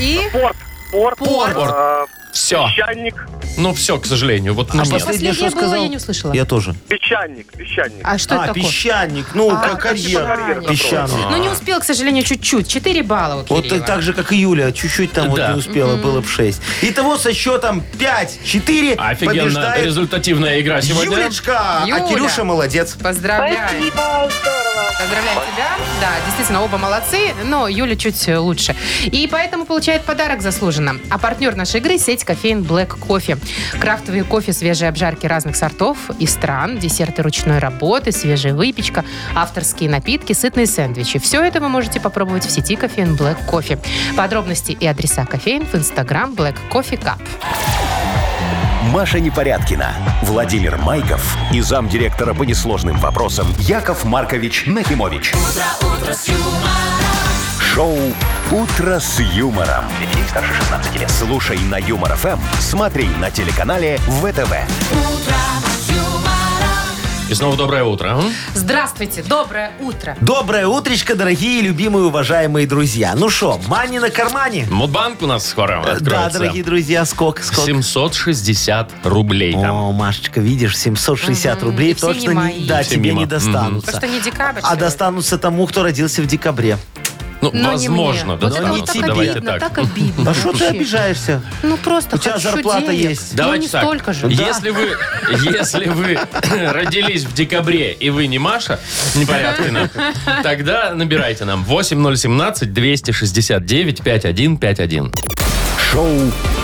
Speaker 2: И
Speaker 5: Порт. Порт.
Speaker 2: Порт.
Speaker 5: а,
Speaker 4: Все.
Speaker 5: Песчаник.
Speaker 4: Ну, все, к сожалению. Вот ну,
Speaker 3: А
Speaker 4: нет.
Speaker 3: последнее, что
Speaker 2: последнее было,
Speaker 3: сказал?
Speaker 2: я не услышала.
Speaker 3: Я тоже.
Speaker 5: Песчаник. Песчаник.
Speaker 2: А что
Speaker 3: а,
Speaker 2: это такое?
Speaker 3: песчаник, ну,
Speaker 2: А,
Speaker 3: как
Speaker 2: как
Speaker 3: карьер.
Speaker 5: песчаник.
Speaker 3: Песчаный.
Speaker 2: Ну, не успел, к сожалению, чуть-чуть. 4 балла у
Speaker 3: А. Вот
Speaker 2: Кирилла.
Speaker 3: так же, как и Юля, чуть-чуть там
Speaker 4: Да.
Speaker 3: вот не успела, было бы 6. Итого со счетом 5-4
Speaker 4: Офигенно.
Speaker 3: побеждает
Speaker 4: Результативная игра сегодня.
Speaker 3: Юлечка,
Speaker 2: Юля.
Speaker 3: а Кирюша молодец.
Speaker 2: Поздравляю.
Speaker 7: Спасибо, здорово.
Speaker 2: Поздравляю тебя. Да, действительно, оба молодцы, но Юля чуть э, лучше. И поэтому получает подарок заслуженно. А партнер нашей игры – сеть кофеин Black Кофе. Крафтовые кофе, свежие обжарки разных сортов и стран, десерты ручной работы, свежая выпечка, авторские напитки, сытные сэндвичи. Все это вы можете попробовать в сети кофеин Black Кофе. Подробности и адреса кофеин в Instagram Black Coffee Cup.
Speaker 1: Маша Непорядкина, Владимир Майков и замдиректора по несложным вопросам Яков Маркович Нахимович. Шоу Утро с юмором. Для детей старше 16 лет. Слушай на юмор ФМ, смотри на телеканале ВТВ.
Speaker 4: И снова доброе утро. а? м?
Speaker 2: Здравствуйте, доброе утро.
Speaker 3: Доброе утречко, дорогие, любимые, уважаемые друзья. Ну что, мани на кармане?
Speaker 4: Модбанк у нас скоро
Speaker 3: Да,
Speaker 4: откроется.
Speaker 3: дорогие друзья, скок, скок.
Speaker 4: 760 рублей там.
Speaker 3: О, Машечка, видишь, 760 рублей
Speaker 2: И все
Speaker 3: точно
Speaker 2: не
Speaker 3: не-
Speaker 2: мои.
Speaker 3: да,
Speaker 4: Все
Speaker 3: тебе
Speaker 4: мимо.
Speaker 3: не
Speaker 4: Мгм.
Speaker 3: достанутся.
Speaker 2: Потому что не декабрь.
Speaker 3: А
Speaker 2: что ли?
Speaker 3: достанутся тому, кто родился в декабре.
Speaker 4: Ну,
Speaker 2: Но не
Speaker 4: возможно,
Speaker 2: мне. Вот это
Speaker 3: не
Speaker 2: вот так
Speaker 4: достанутся.
Speaker 3: тебе.
Speaker 4: Давайте
Speaker 2: обидно,
Speaker 4: так.
Speaker 2: так обидно.
Speaker 3: А что ты
Speaker 2: Вообще.
Speaker 3: обижаешься?
Speaker 2: Ну просто
Speaker 3: У тебя
Speaker 2: хочу
Speaker 3: зарплата
Speaker 2: денег.
Speaker 3: есть.
Speaker 2: Ну,
Speaker 4: Давайте
Speaker 2: не
Speaker 4: так.
Speaker 2: столько же.
Speaker 4: Если вы, если вы (laughs) родились в декабре и вы не Маша, непорядкина, тогда набирайте нам 8017 269 5151.
Speaker 1: Шоу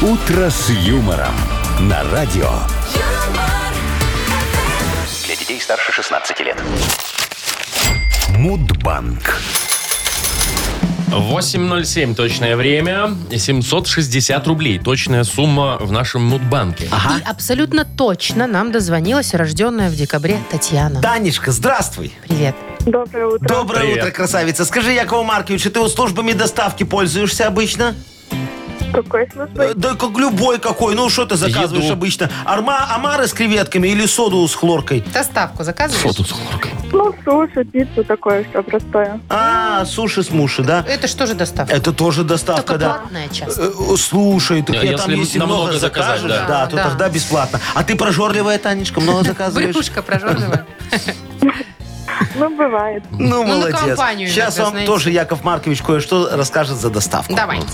Speaker 1: Утро с юмором на радио.
Speaker 6: Для детей старше 16 лет.
Speaker 1: Мудбанк.
Speaker 4: 8.07 точное время, 760 рублей точная сумма в нашем мудбанке.
Speaker 2: И абсолютно точно нам дозвонилась рожденная в декабре Татьяна.
Speaker 3: Танечка, здравствуй.
Speaker 2: Привет.
Speaker 7: Доброе утро.
Speaker 3: Доброе
Speaker 4: Привет.
Speaker 3: утро, красавица. Скажи, Якову Марковичу, ты вот службами доставки пользуешься обычно?
Speaker 7: Какой смысл?
Speaker 3: Э, Да как любой какой. Ну, что ты заказываешь
Speaker 4: Еду.
Speaker 3: обычно? Арма, омары с креветками или соду с хлоркой?
Speaker 2: Доставку заказываешь?
Speaker 4: Что тут с хлоркой?
Speaker 7: Ну, суши, пиццу, такое все простое.
Speaker 3: А, суши с муши, да?
Speaker 2: Это что же доставка?
Speaker 3: Это тоже доставка,
Speaker 2: Только
Speaker 3: да.
Speaker 2: платная часть.
Speaker 3: Э, э, Слушай, так
Speaker 4: Не,
Speaker 3: я там
Speaker 4: если
Speaker 3: если
Speaker 4: на много
Speaker 3: много
Speaker 4: заказать,
Speaker 3: закажешь,
Speaker 4: да.
Speaker 3: да, то
Speaker 2: Да.
Speaker 3: тогда бесплатно. А ты прожорливая,
Speaker 2: (laughs)
Speaker 3: Танечка, много заказываешь?
Speaker 2: Брюшка прожорливая.
Speaker 7: Ну, бывает.
Speaker 3: Ну,
Speaker 2: Ну, на
Speaker 3: молодец.
Speaker 2: компанию
Speaker 3: Сейчас
Speaker 2: иногда,
Speaker 3: вам
Speaker 2: знаете.
Speaker 3: тоже Яков Маркович кое-что расскажет за доставку.
Speaker 2: Давайте.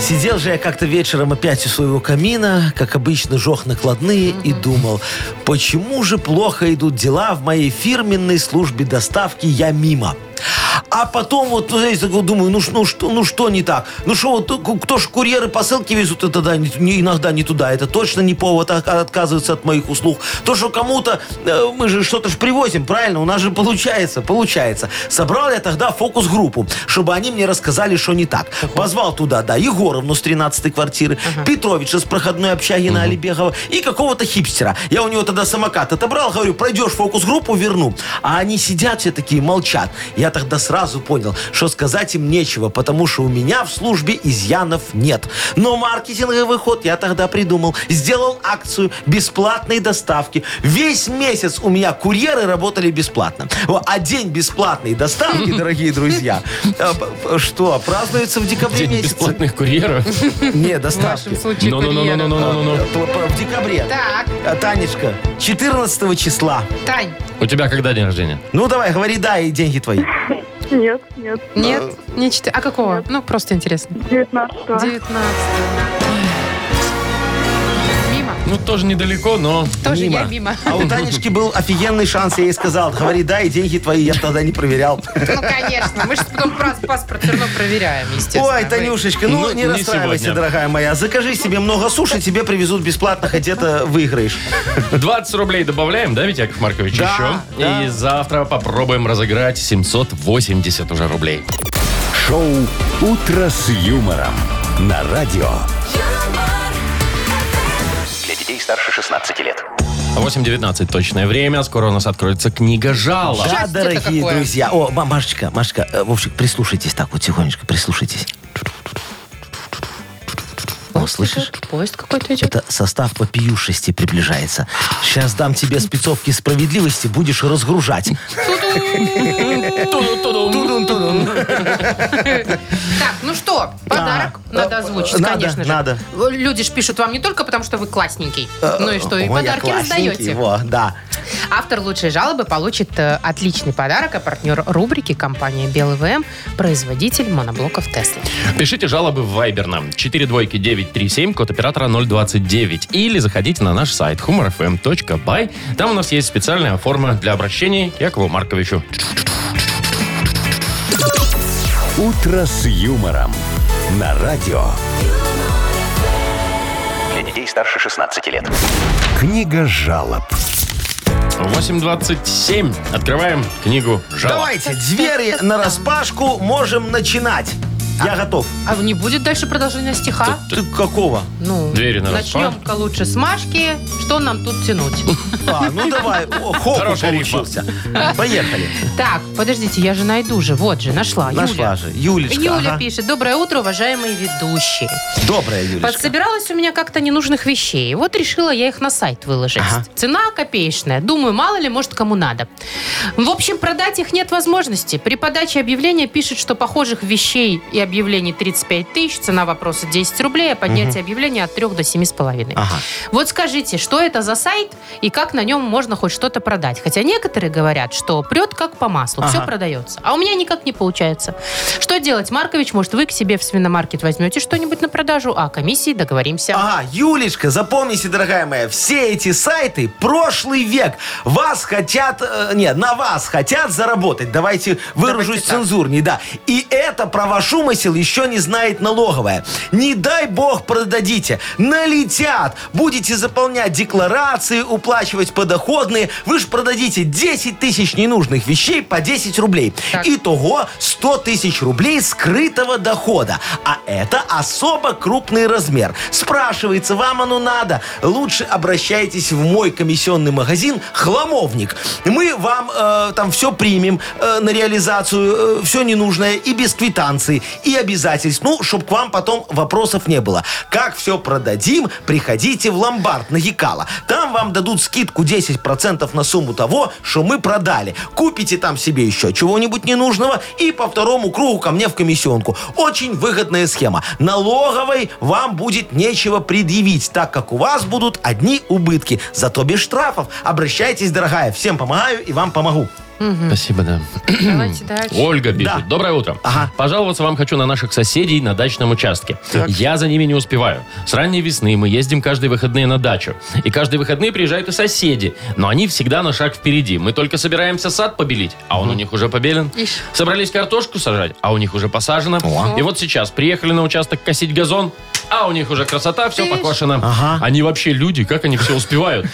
Speaker 3: Сидел же я как-то вечером опять у своего камина, как обычно, жег накладные и думал, почему же плохо идут дела в моей фирменной службе доставки «Я мимо». А потом вот, ну, знаете, такой думаю, ну, ш- ну, что, ну что не так? Ну что, вот к- кто ж курьеры посылки везут это да, не- не- иногда не туда. Это точно не повод а- а отказываться от моих услуг. То, что кому-то, э, мы же что-то ж привозим, правильно? У нас же получается, получается. Собрал я тогда фокус-группу, чтобы они мне рассказали, что не так. Позвал туда, да, Егоровну с 13-й квартиры, Петровича с проходной общаги на Алибегова и какого-то хипстера. Я у него тогда самокат отобрал, говорю, пройдешь фокус-группу, верну. А они сидят все такие, молчат. Я тогда сразу понял, что сказать им нечего, потому что у меня в службе изъянов нет. Но маркетинговый ход я тогда придумал. Сделал акцию бесплатной доставки. Весь месяц у меня курьеры работали бесплатно. Во, А день бесплатной доставки, дорогие друзья, э, п- что, празднуется в декабре
Speaker 4: День
Speaker 3: месяце?
Speaker 4: бесплатных курьеров. Ну,
Speaker 3: Не,
Speaker 2: В нашем
Speaker 3: доставки. А, э,
Speaker 2: случае курьера.
Speaker 4: Ну-ну-ну-ну-ну-ну.
Speaker 3: В декабре.
Speaker 2: Так,
Speaker 3: А, Танечка, 14 числа.
Speaker 2: Тань,
Speaker 4: У тебя когда день рождения?
Speaker 3: Ну давай, говори да, и деньги твои.
Speaker 7: Нет, нет.
Speaker 2: нет, не четы- А какого? Ну, просто интересно.
Speaker 7: 19
Speaker 2: 19. Мимо.
Speaker 4: Ну, тоже недалеко, но...
Speaker 2: Тоже
Speaker 3: Мимо.
Speaker 2: я мимо.
Speaker 3: А у Танечки был офигенный шанс, я ей сказал, говори да, и деньги твои, я тогда не проверял.
Speaker 2: Ну, конечно. Мы же потом пас- паспорт все равно проверяем, естественно.
Speaker 3: Ой,
Speaker 2: Вы-
Speaker 3: Танюшечка, ну,
Speaker 4: Ну,
Speaker 3: не,
Speaker 4: не
Speaker 3: расстраивайся,
Speaker 4: сегодня.
Speaker 3: дорогая моя. Закажи себе много суши, тебе привезут бесплатно, хоть это выиграешь.
Speaker 4: 20 рублей добавляем, да, ведь, Яков Маркович,
Speaker 3: Да,
Speaker 4: еще?
Speaker 3: да.
Speaker 4: И завтра попробуем разыграть 780 уже рублей.
Speaker 1: Шоу «Утро с юмором» на радио.
Speaker 8: юмор,
Speaker 6: Для детей старше 16 лет.
Speaker 4: 8.19 точное время. Скоро у нас откроется книга жалоб.
Speaker 3: Да,
Speaker 2: Счастье-то
Speaker 3: дорогие
Speaker 2: какое.
Speaker 3: друзья. О, Ма- Машечка, Машечка, э, Вовчик, прислушайтесь так вот тихонечко, прислушайтесь. О, слышишь?
Speaker 2: Поезд какой-то идет.
Speaker 3: Это состав вопиюшести приближается. Сейчас дам тебе спецовки справедливости, будешь разгружать. Тудун-тудун.
Speaker 2: Так, ну что, подарок
Speaker 3: Да.
Speaker 2: надо озвучить,
Speaker 3: А, Надо,
Speaker 2: конечно же.
Speaker 3: надо. Э,
Speaker 2: Люди ж пишут вам не только потому, что вы классненький, ну и что, и
Speaker 3: Ой,
Speaker 2: подарки
Speaker 3: я классненький,
Speaker 2: раздаете.
Speaker 3: во, да.
Speaker 2: Автор лучшей жалобы получит э, отличный подарок, а партнер рубрики компания Белый ВМ, производитель моноблоков Тесла.
Speaker 4: Пишите жалобы в Viber нам. 4 двойки 937, код оператора 029. Или заходите на наш сайт humorfm.by. Там у нас есть специальная форма для обращений к Якову Марковичу.
Speaker 1: «Утро с юмором» на радио.
Speaker 6: Для детей старше 16 лет.
Speaker 1: Книга жалоб.
Speaker 4: 8.27. Открываем книгу жалоб.
Speaker 3: Давайте, двери на распашку, можем начинать. Я готов.
Speaker 2: А не будет дальше продолжения стиха?
Speaker 3: Ты какого?
Speaker 2: Ну,
Speaker 4: Двери на
Speaker 2: начнем-ка лучше с Машки. Что нам тут
Speaker 3: (laughs)
Speaker 2: тянуть?
Speaker 3: А, ну давай, о, хоху
Speaker 4: Хорошая рифма.
Speaker 3: получился. Поехали.
Speaker 2: Так, подождите, я же найду же. Вот же, нашла.
Speaker 3: Нашла
Speaker 2: А, Юля.
Speaker 3: же. Юлечка.
Speaker 2: Юля
Speaker 3: ага.
Speaker 2: пишет. Доброе утро, уважаемые ведущие.
Speaker 3: Добрая Юлечка.
Speaker 2: Подсобиралась у меня как-то ненужных вещей. Вот решила я их на сайт выложить.
Speaker 3: Ага.
Speaker 2: Цена копеечная. Думаю, мало ли, может, кому надо. В общем, продать их нет возможности. При подаче объявления пишет, что похожих вещей и объявлений 35 тысяч, цена вопроса 10 рублей, а поднятие объявления от 3 до 7,5.
Speaker 3: Ага.
Speaker 2: Вот скажите, что это за сайт и как на нем можно хоть что-то продать? Хотя некоторые говорят, что прет как по маслу, все
Speaker 3: Ага.
Speaker 2: продается. А у меня никак не получается. Что делать, Маркович? Может, вы к себе в свиномаркет возьмете что-нибудь на продажу, а о комиссии договоримся.
Speaker 3: Ага, Юлечка, запомните, дорогая моя, все эти сайты прошлый век. Вас хотят, э, не, на вас хотят заработать. Давайте выражусь
Speaker 2: так.
Speaker 3: цензурней, да. И это права шума бросил, еще не знает налоговая. Не дай бог продадите. Налетят. Будете заполнять декларации, уплачивать подоходные. Вы же продадите 10 тысяч ненужных вещей по 10 рублей.
Speaker 2: Так.
Speaker 3: Итого 100 тысяч рублей скрытого дохода. А это особо крупный размер. Спрашивается, вам оно надо? Лучше обращайтесь в мой комиссионный магазин «Хламовник». Мы вам э, там все примем э, на реализацию, все ненужное и без квитанции, и обязательств. Ну, чтобы к вам потом вопросов не было. Как все продадим, приходите в ломбард на Якала. Там вам дадут скидку 10% на сумму того, что мы продали. Купите там себе еще чего-нибудь ненужного и по второму кругу ко мне в комиссионку. Очень выгодная схема. Налоговой вам будет нечего предъявить, так как у вас будут одни убытки. Зато без штрафов. Обращайтесь, дорогая. Всем помогаю и вам помогу.
Speaker 4: Спасибо, да.
Speaker 2: Давайте дальше.
Speaker 4: Ольга пишет.
Speaker 3: Да.
Speaker 4: Доброе утро.
Speaker 3: Ага.
Speaker 4: Пожаловаться вам хочу на наших соседей на дачном участке. Я за ними не успеваю. С ранней весны мы ездим каждые выходные на дачу. И каждые выходные приезжают и соседи. Но они всегда на шаг впереди. Мы только собираемся сад побелить, а он у них уже побелен.
Speaker 2: Ишь.
Speaker 4: Собрались картошку сажать, а у них уже посажено. И вот сейчас приехали на участок косить газон, а у них уже красота, все
Speaker 2: Ты видишь?
Speaker 4: покошено.
Speaker 3: Ага.
Speaker 4: Они вообще люди, как они все успевают?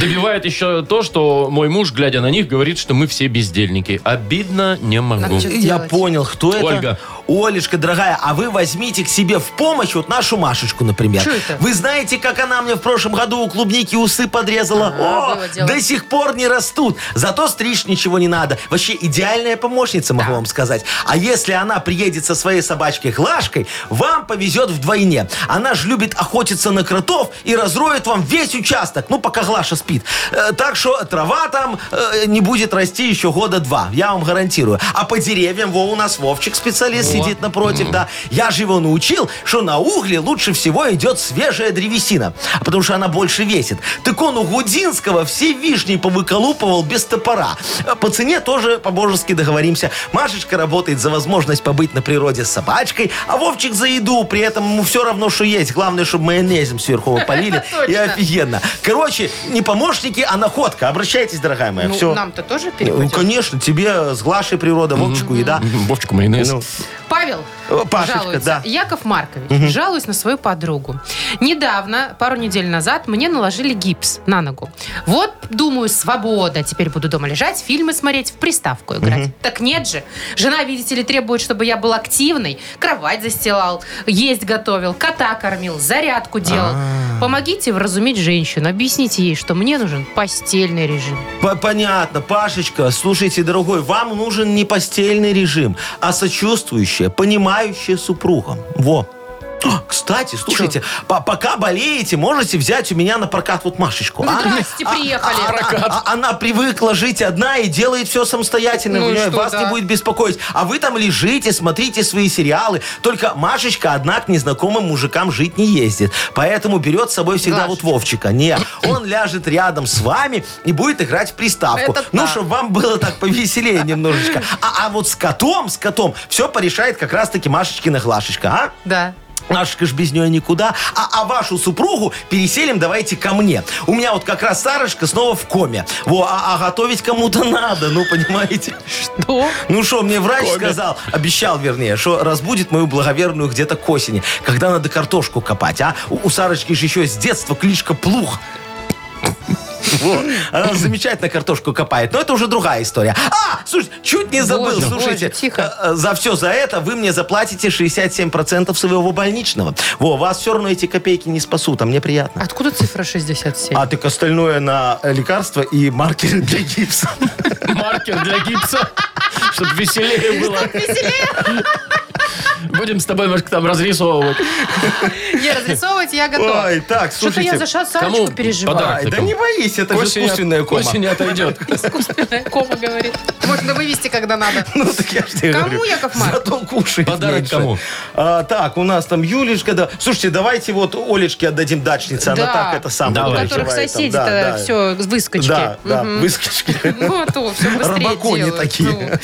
Speaker 4: Добивает еще то, что мой муж, глядя на них, говорит, что мы все бездельники. Обидно не могу.
Speaker 2: Так, А чё-
Speaker 3: Я
Speaker 2: делать?
Speaker 3: понял, кто это.
Speaker 4: Ольга.
Speaker 3: Олечка, дорогая, а вы возьмите к себе в помощь вот нашу Машечку, например.
Speaker 2: Чё это?
Speaker 3: Вы знаете, как она мне в прошлом году у клубники усы подрезала?
Speaker 2: А,
Speaker 3: О,
Speaker 2: было дело.
Speaker 3: до сих пор не растут. Зато стричь ничего не надо. Вообще идеальная помощница, могу вам сказать. А если она приедет со своей собачкой Глашкой, вам повезет вдвойне. Она же любит охотиться на кротов и разроет вам весь участок, ну, пока Глаша спит. Э, так что трава там э, не будет расти еще года два, я вам гарантирую. А по деревьям, во, у нас Вовчик специалист сидит напротив, да. Я же его научил, что на угле лучше всего идет свежая древесина, а потому что она больше весит. Так он у Гудинского все вишни повыколупывал без топора. Э, По цене тоже по-божески договоримся. Машечка работает за возможность побыть на природе с собачкой, а Вовчик за еду, при этом ему все равно, что есть. Главное, чтобы майонезом сверху
Speaker 2: (laughs)
Speaker 3: его полили. И
Speaker 2: Точно.
Speaker 3: офигенно. Короче, не помощники, а находка. Обращайтесь, дорогая моя.
Speaker 2: Ну,
Speaker 3: Все.
Speaker 2: нам-то тоже
Speaker 3: Ну,
Speaker 2: перепадет.
Speaker 3: конечно, тебе с Глашей природа, Вовчику еда.
Speaker 4: Вовчик майонез.
Speaker 3: Ну,
Speaker 2: Павел
Speaker 3: Э, Пашечка,
Speaker 2: жалуется.
Speaker 3: да.
Speaker 2: Яков Маркович, жалуюсь на свою подругу. Недавно, пару недель назад, мне наложили гипс на ногу. Вот, думаю, свобода. Теперь буду дома лежать, фильмы смотреть, в приставку играть. Так нет же. Жена, видите ли, требует, чтобы я был активной. Кровать застилал, есть готовил, кота кормил, зарядку делал.
Speaker 3: А.
Speaker 2: Помогите вразумить женщину. Объясните ей, что мне нужен постельный режим.
Speaker 3: по- понятно, Пашечка, слушайте, дорогой, вам нужен не постельный режим, а сочувствующая, понимающая супругом. Во. А, Кстати, слушайте, по- пока болеете, можете взять у меня на прокат вот Машечку.
Speaker 2: Ну,
Speaker 3: а?
Speaker 2: здрасте,
Speaker 3: А-
Speaker 2: приехали.
Speaker 3: а- а- а- она привыкла жить одна и делает все самостоятельно.
Speaker 2: Ну
Speaker 3: У
Speaker 2: и
Speaker 3: нее
Speaker 2: что,
Speaker 3: вас
Speaker 2: да.
Speaker 3: не будет беспокоить. А вы там лежите, смотрите свои сериалы. Только Машечка одна к незнакомым мужикам жить не ездит. Поэтому берет с собой всегда
Speaker 2: Глашечка.
Speaker 3: вот Вовчика. Не, он ляжет рядом с вами и будет играть в приставку.
Speaker 2: Это
Speaker 3: ну,
Speaker 2: так.
Speaker 3: чтобы вам было так повеселее немножечко. А, а вот с котом, с котом, все порешает как раз-таки Машечкина Глашечка, а?
Speaker 2: Да.
Speaker 3: Машечка ж без нее никуда. А, а вашу супругу переселим давайте ко мне. У меня вот как раз Сарочка снова в коме. Во, а, а готовить кому-то надо, ну понимаете?
Speaker 2: То
Speaker 3: Ну что, мне врач сказал, обещал вернее, что разбудит мою благоверную где-то к осени, когда надо картошку копать, а? У, у Сарочки же еще с детства кличка плух. Во, Она замечательно картошку копает, но это уже другая история. А, слушайте, чуть не забыл,
Speaker 2: Боже,
Speaker 3: слушайте.
Speaker 2: боже, тихо.
Speaker 3: э, э, За все за это вы мне заплатите 67% своего больничного. Во, вас все равно эти копейки не спасут, а мне приятно.
Speaker 2: Откуда цифра 67?
Speaker 3: А так остальное на э, лекарства и маркеры для гипса.
Speaker 2: (laughs)
Speaker 4: Маркер для гипса. (laughs) Чтобы веселее было.
Speaker 2: Веселее
Speaker 4: (laughs) Будем с тобой, Машка, там разрисовывать.
Speaker 2: не разрисовывать, я готова.
Speaker 3: Ой, так,
Speaker 2: Что-то
Speaker 3: слушайте.
Speaker 2: я за ша- Сарочку
Speaker 4: Кому
Speaker 2: переживаю.
Speaker 4: подарок?
Speaker 3: Ай, да не боись, это же
Speaker 4: Осень от-
Speaker 3: искусственная кома.
Speaker 4: Осень отойдет.
Speaker 2: Искусственная кома говорит. Можно вывести, когда надо.
Speaker 3: (laughs) Ну, так я ж тебе
Speaker 2: Кому,
Speaker 3: говорю.
Speaker 2: Яков Маркович?
Speaker 3: Зато кушает
Speaker 4: Подарок
Speaker 3: меньше.
Speaker 4: кому?
Speaker 3: А, так, у нас там Юлечка, да. Слушайте, давайте вот Олечке отдадим дачнице, она
Speaker 2: Да.
Speaker 3: так это самое.
Speaker 4: Да, у
Speaker 2: У
Speaker 4: Давай,
Speaker 2: которых
Speaker 3: переживает там.
Speaker 2: соседи-то
Speaker 3: Да, да.
Speaker 2: все выскочки.
Speaker 3: Да, да,
Speaker 2: Мгм.
Speaker 3: выскочки.
Speaker 2: (laughs) Ну, а то все быстрее
Speaker 3: Рыбакони
Speaker 2: делают.
Speaker 3: такие.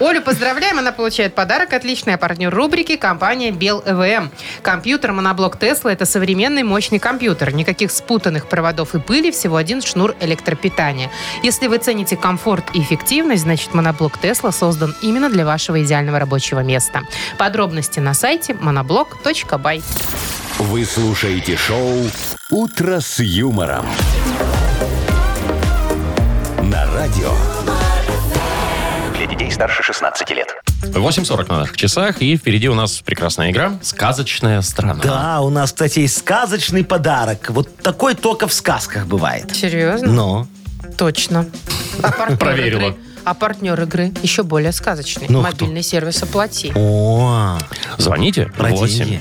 Speaker 2: Ну. Олю поздравляем, она получает подарок. Отличная партнер рубрики компания Бел ЭВМ. Компьютер моноблок Тесла – это современный мощный компьютер. Никаких спутанных проводов и пыли, всего один шнур электропитания. Если вы цените комфорт и эффективность, значит Значит, моноблок Тесла создан именно для вашего идеального рабочего места. Подробности на сайте monoblock.by.
Speaker 1: Вы слушаете шоу «Утро с юмором». На радио
Speaker 6: Для детей старше 16 лет.
Speaker 4: 8.40 на наших часах, и впереди у нас прекрасная игра «Сказочная страна».
Speaker 3: Да, у нас, кстати, есть сказочный подарок. Вот такой только в сказках бывает.
Speaker 2: Серьезно?
Speaker 3: Но.
Speaker 2: Точно.
Speaker 3: (laughs)
Speaker 2: А партнер
Speaker 4: Проверила.
Speaker 2: игры- А партнер игры еще более сказочный.
Speaker 3: Ну, кто?
Speaker 2: Мобильный сервис «Оплати».
Speaker 3: О,
Speaker 4: Звоните
Speaker 3: Про деньги.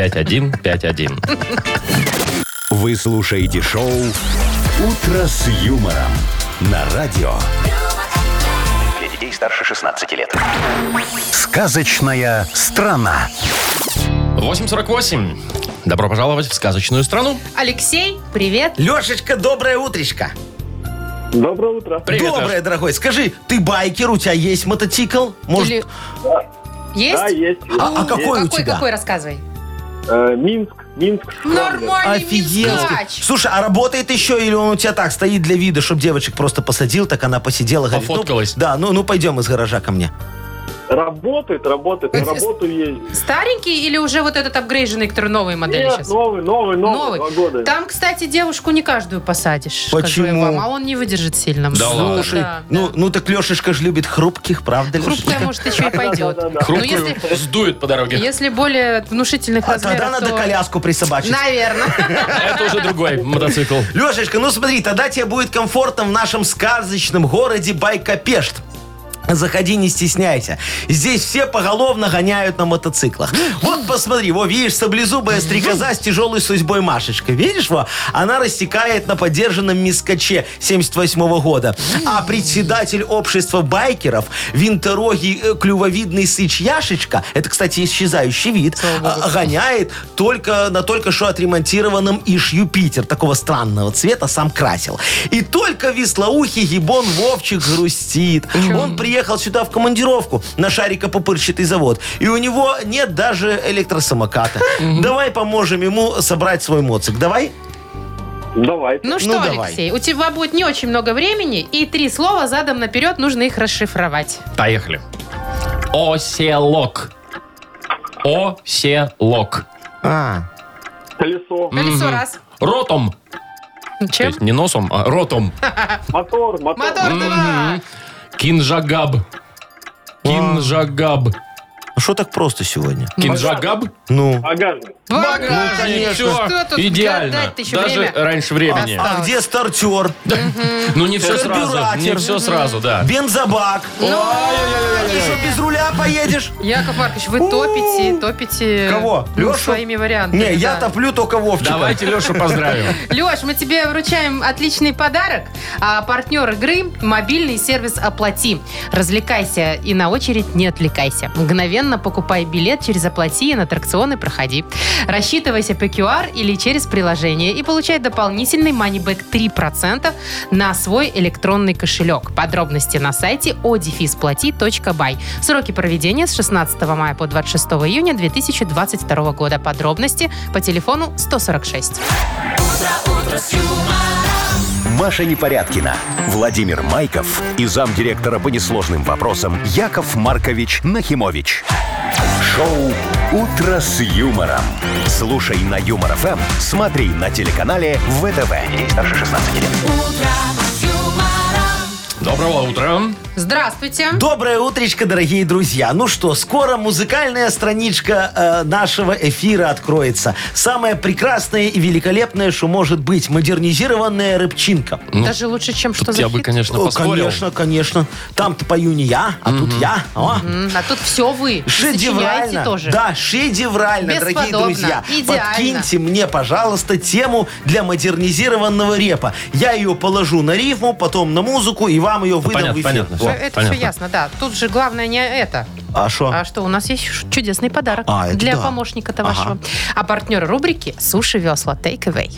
Speaker 4: 8017-269-5151.
Speaker 1: вы слушаете шоу «Утро с юмором». На радио
Speaker 6: Для детей старше 16 лет.
Speaker 1: «Сказочная страна».
Speaker 4: 8.48. Добро пожаловать в сказочную страну.
Speaker 2: Алексей, привет.
Speaker 3: Лешечка, доброе утречко.
Speaker 5: Доброе утро.
Speaker 4: Привет,
Speaker 3: доброе, дорогой. Скажи, ты байкер, у тебя есть мотоцикл? Может,
Speaker 2: Или- Есть?
Speaker 5: Да, есть.
Speaker 3: А- а какой у
Speaker 2: какой,
Speaker 3: тебя?
Speaker 2: какой, рассказывай.
Speaker 5: Э, Минск, Минск.
Speaker 2: Нормальный
Speaker 3: Офигенский.
Speaker 2: мизгач.
Speaker 3: Слушай, а работает еще или он у тебя так стоит для вида, чтобы девочек просто посадил, так она посидела, говорит, ну,
Speaker 4: Пофоткалась.
Speaker 3: да, ну, ну пойдем из гаража ко мне.
Speaker 5: Работает, работает, на работу ездит.
Speaker 2: Старенький или уже вот этот апгрейженный, который новые модели
Speaker 5: Нет,
Speaker 2: сейчас?
Speaker 5: новый, новый, новый, два года.
Speaker 2: Там, кстати, девушку не каждую посадишь. скажу я
Speaker 3: Почему?
Speaker 2: вам, а он не выдержит сильно.
Speaker 4: Да ладно?
Speaker 3: Слушай,
Speaker 2: Да,
Speaker 3: ну,
Speaker 2: да.
Speaker 3: ну так Лешечка же любит хрупких, правда,
Speaker 2: Хрупкая,
Speaker 3: Лешечка?
Speaker 2: может, еще и пойдет.
Speaker 5: Да-да-да.
Speaker 2: Ну,
Speaker 4: Хрупкую
Speaker 2: если,
Speaker 4: сдует по дороге.
Speaker 2: если более внушительных
Speaker 3: А
Speaker 2: размеров,
Speaker 3: тогда надо
Speaker 2: то-
Speaker 3: коляску присобачить.
Speaker 2: Наверное.
Speaker 4: Это уже другой мотоцикл.
Speaker 3: Лешечка, ну смотри, тогда тебе будет комфортно в нашем сказочном городе Байкопешт. Заходи, не стесняйся. Здесь все поголовно гоняют на мотоциклах. Вот посмотри, во, видишь, саблезубая стрекоза с тяжелой судьбой Машечка. Видишь, во, она растекает на подержанном мискаче 78 года. А председатель общества байкеров, винторогий э, клювовидный сыч Яшечка, это, кстати, исчезающий вид, а, гоняет только на только что отремонтированном Иш Юпитер, такого странного цвета, сам красил. И только веслоухий гибон Вовчик грустит. Он приехал сюда в командировку на шарикопопырчатый завод, и у него нет даже электросамоката. Давай поможем ему собрать свой моцик. Давай?
Speaker 5: Давай.
Speaker 2: Ну что,
Speaker 3: Ну, давай.
Speaker 2: Алексей, у тебя будет не очень много времени, и три слова задом наперед нужно их расшифровать.
Speaker 4: Поехали. Оселок. Оселок.
Speaker 3: А,
Speaker 5: Колесо,
Speaker 2: Колесо раз.
Speaker 4: Ротом. То
Speaker 2: Чем?
Speaker 4: есть не носом, а ротом.
Speaker 5: мотор, мотор.
Speaker 2: Мотор два.
Speaker 4: Кинжагаб. Кинжагаб.
Speaker 3: а что так просто сегодня?
Speaker 4: Кинжагаб?
Speaker 3: Ну.
Speaker 5: Багажник.
Speaker 2: Багажник.
Speaker 4: Всё,
Speaker 2: Что тут
Speaker 4: идеально.
Speaker 2: гадать-то еще
Speaker 4: Даже
Speaker 2: время?
Speaker 3: э,
Speaker 4: раньше времени.
Speaker 2: А,
Speaker 3: А где стартер?
Speaker 4: Ну не все сразу.
Speaker 3: Карбюратор.
Speaker 4: Не все сразу, да.
Speaker 3: Бензобак. Ой-ой-ой, Ну, Ты что, без руля поедешь?
Speaker 2: Яков Маркович, вы топите, топите
Speaker 3: Кого?
Speaker 2: ну,
Speaker 3: Лешу?
Speaker 2: своими вариантами.
Speaker 3: Не, я топлю только Вовчика.
Speaker 4: Давайте Лешу поздравим.
Speaker 2: Леш, мы тебе вручаем отличный подарок. А партнер игры – мобильный сервис «Оплати». Развлекайся и на очередь не отвлекайся. Мгновенно покупай билет через «Оплати» и на аттракционы проходи. Рассчитывайся по QR или через приложение и получай дополнительный манибэк 3% на свой электронный кошелек. Подробности на сайте odefisplati.by. Сроки проведения с 16 мая по 26 июня 2022 года. Подробности по телефону 146.
Speaker 1: Маша Непорядкина, Владимир Майков и замдиректора по несложным вопросам Яков Маркович Нахимович. Шоу «Утро с юмором». Слушай на Юмор ФМ, смотри на телеканале ВТВ. Ей старше 16 лет.
Speaker 4: Доброго утра.
Speaker 2: Здравствуйте.
Speaker 3: Доброе утречко, дорогие друзья. Ну что, скоро музыкальная страничка э, нашего эфира откроется. Самое прекрасное и великолепное, что может быть, модернизированная рыбчинка.
Speaker 2: Даже лучше, чем что
Speaker 4: ну, Тут
Speaker 2: за
Speaker 4: я бы,
Speaker 2: хит.
Speaker 4: конечно,
Speaker 3: О,
Speaker 4: Ну, поспорил.
Speaker 3: конечно, конечно. Там-то пою не я, а тут я. О.
Speaker 2: М, А тут все вы. Сочиняете
Speaker 3: Шедеврально.
Speaker 2: тоже.
Speaker 3: Да, шедеврально, дорогие
Speaker 2: Бесподобно.
Speaker 3: друзья.
Speaker 2: Идеально.
Speaker 3: Подкиньте мне, пожалуйста, тему для модернизированного репа. Я ее положу на рифму, потом на музыку, и вам ее
Speaker 4: Ну, понятно,
Speaker 3: выдам в эфир.
Speaker 4: понятно,
Speaker 3: Во.
Speaker 2: Всё,
Speaker 4: Во,
Speaker 2: Э, Это
Speaker 4: понятно.
Speaker 2: все ясно, да. Тут же главное не это.
Speaker 3: А что?
Speaker 2: А что у нас есть ш- чудесный подарок
Speaker 3: А, это
Speaker 2: для
Speaker 3: да.
Speaker 2: помощника-то
Speaker 3: Ага.
Speaker 2: вашего. А партнер рубрики «Суши весла Take Away».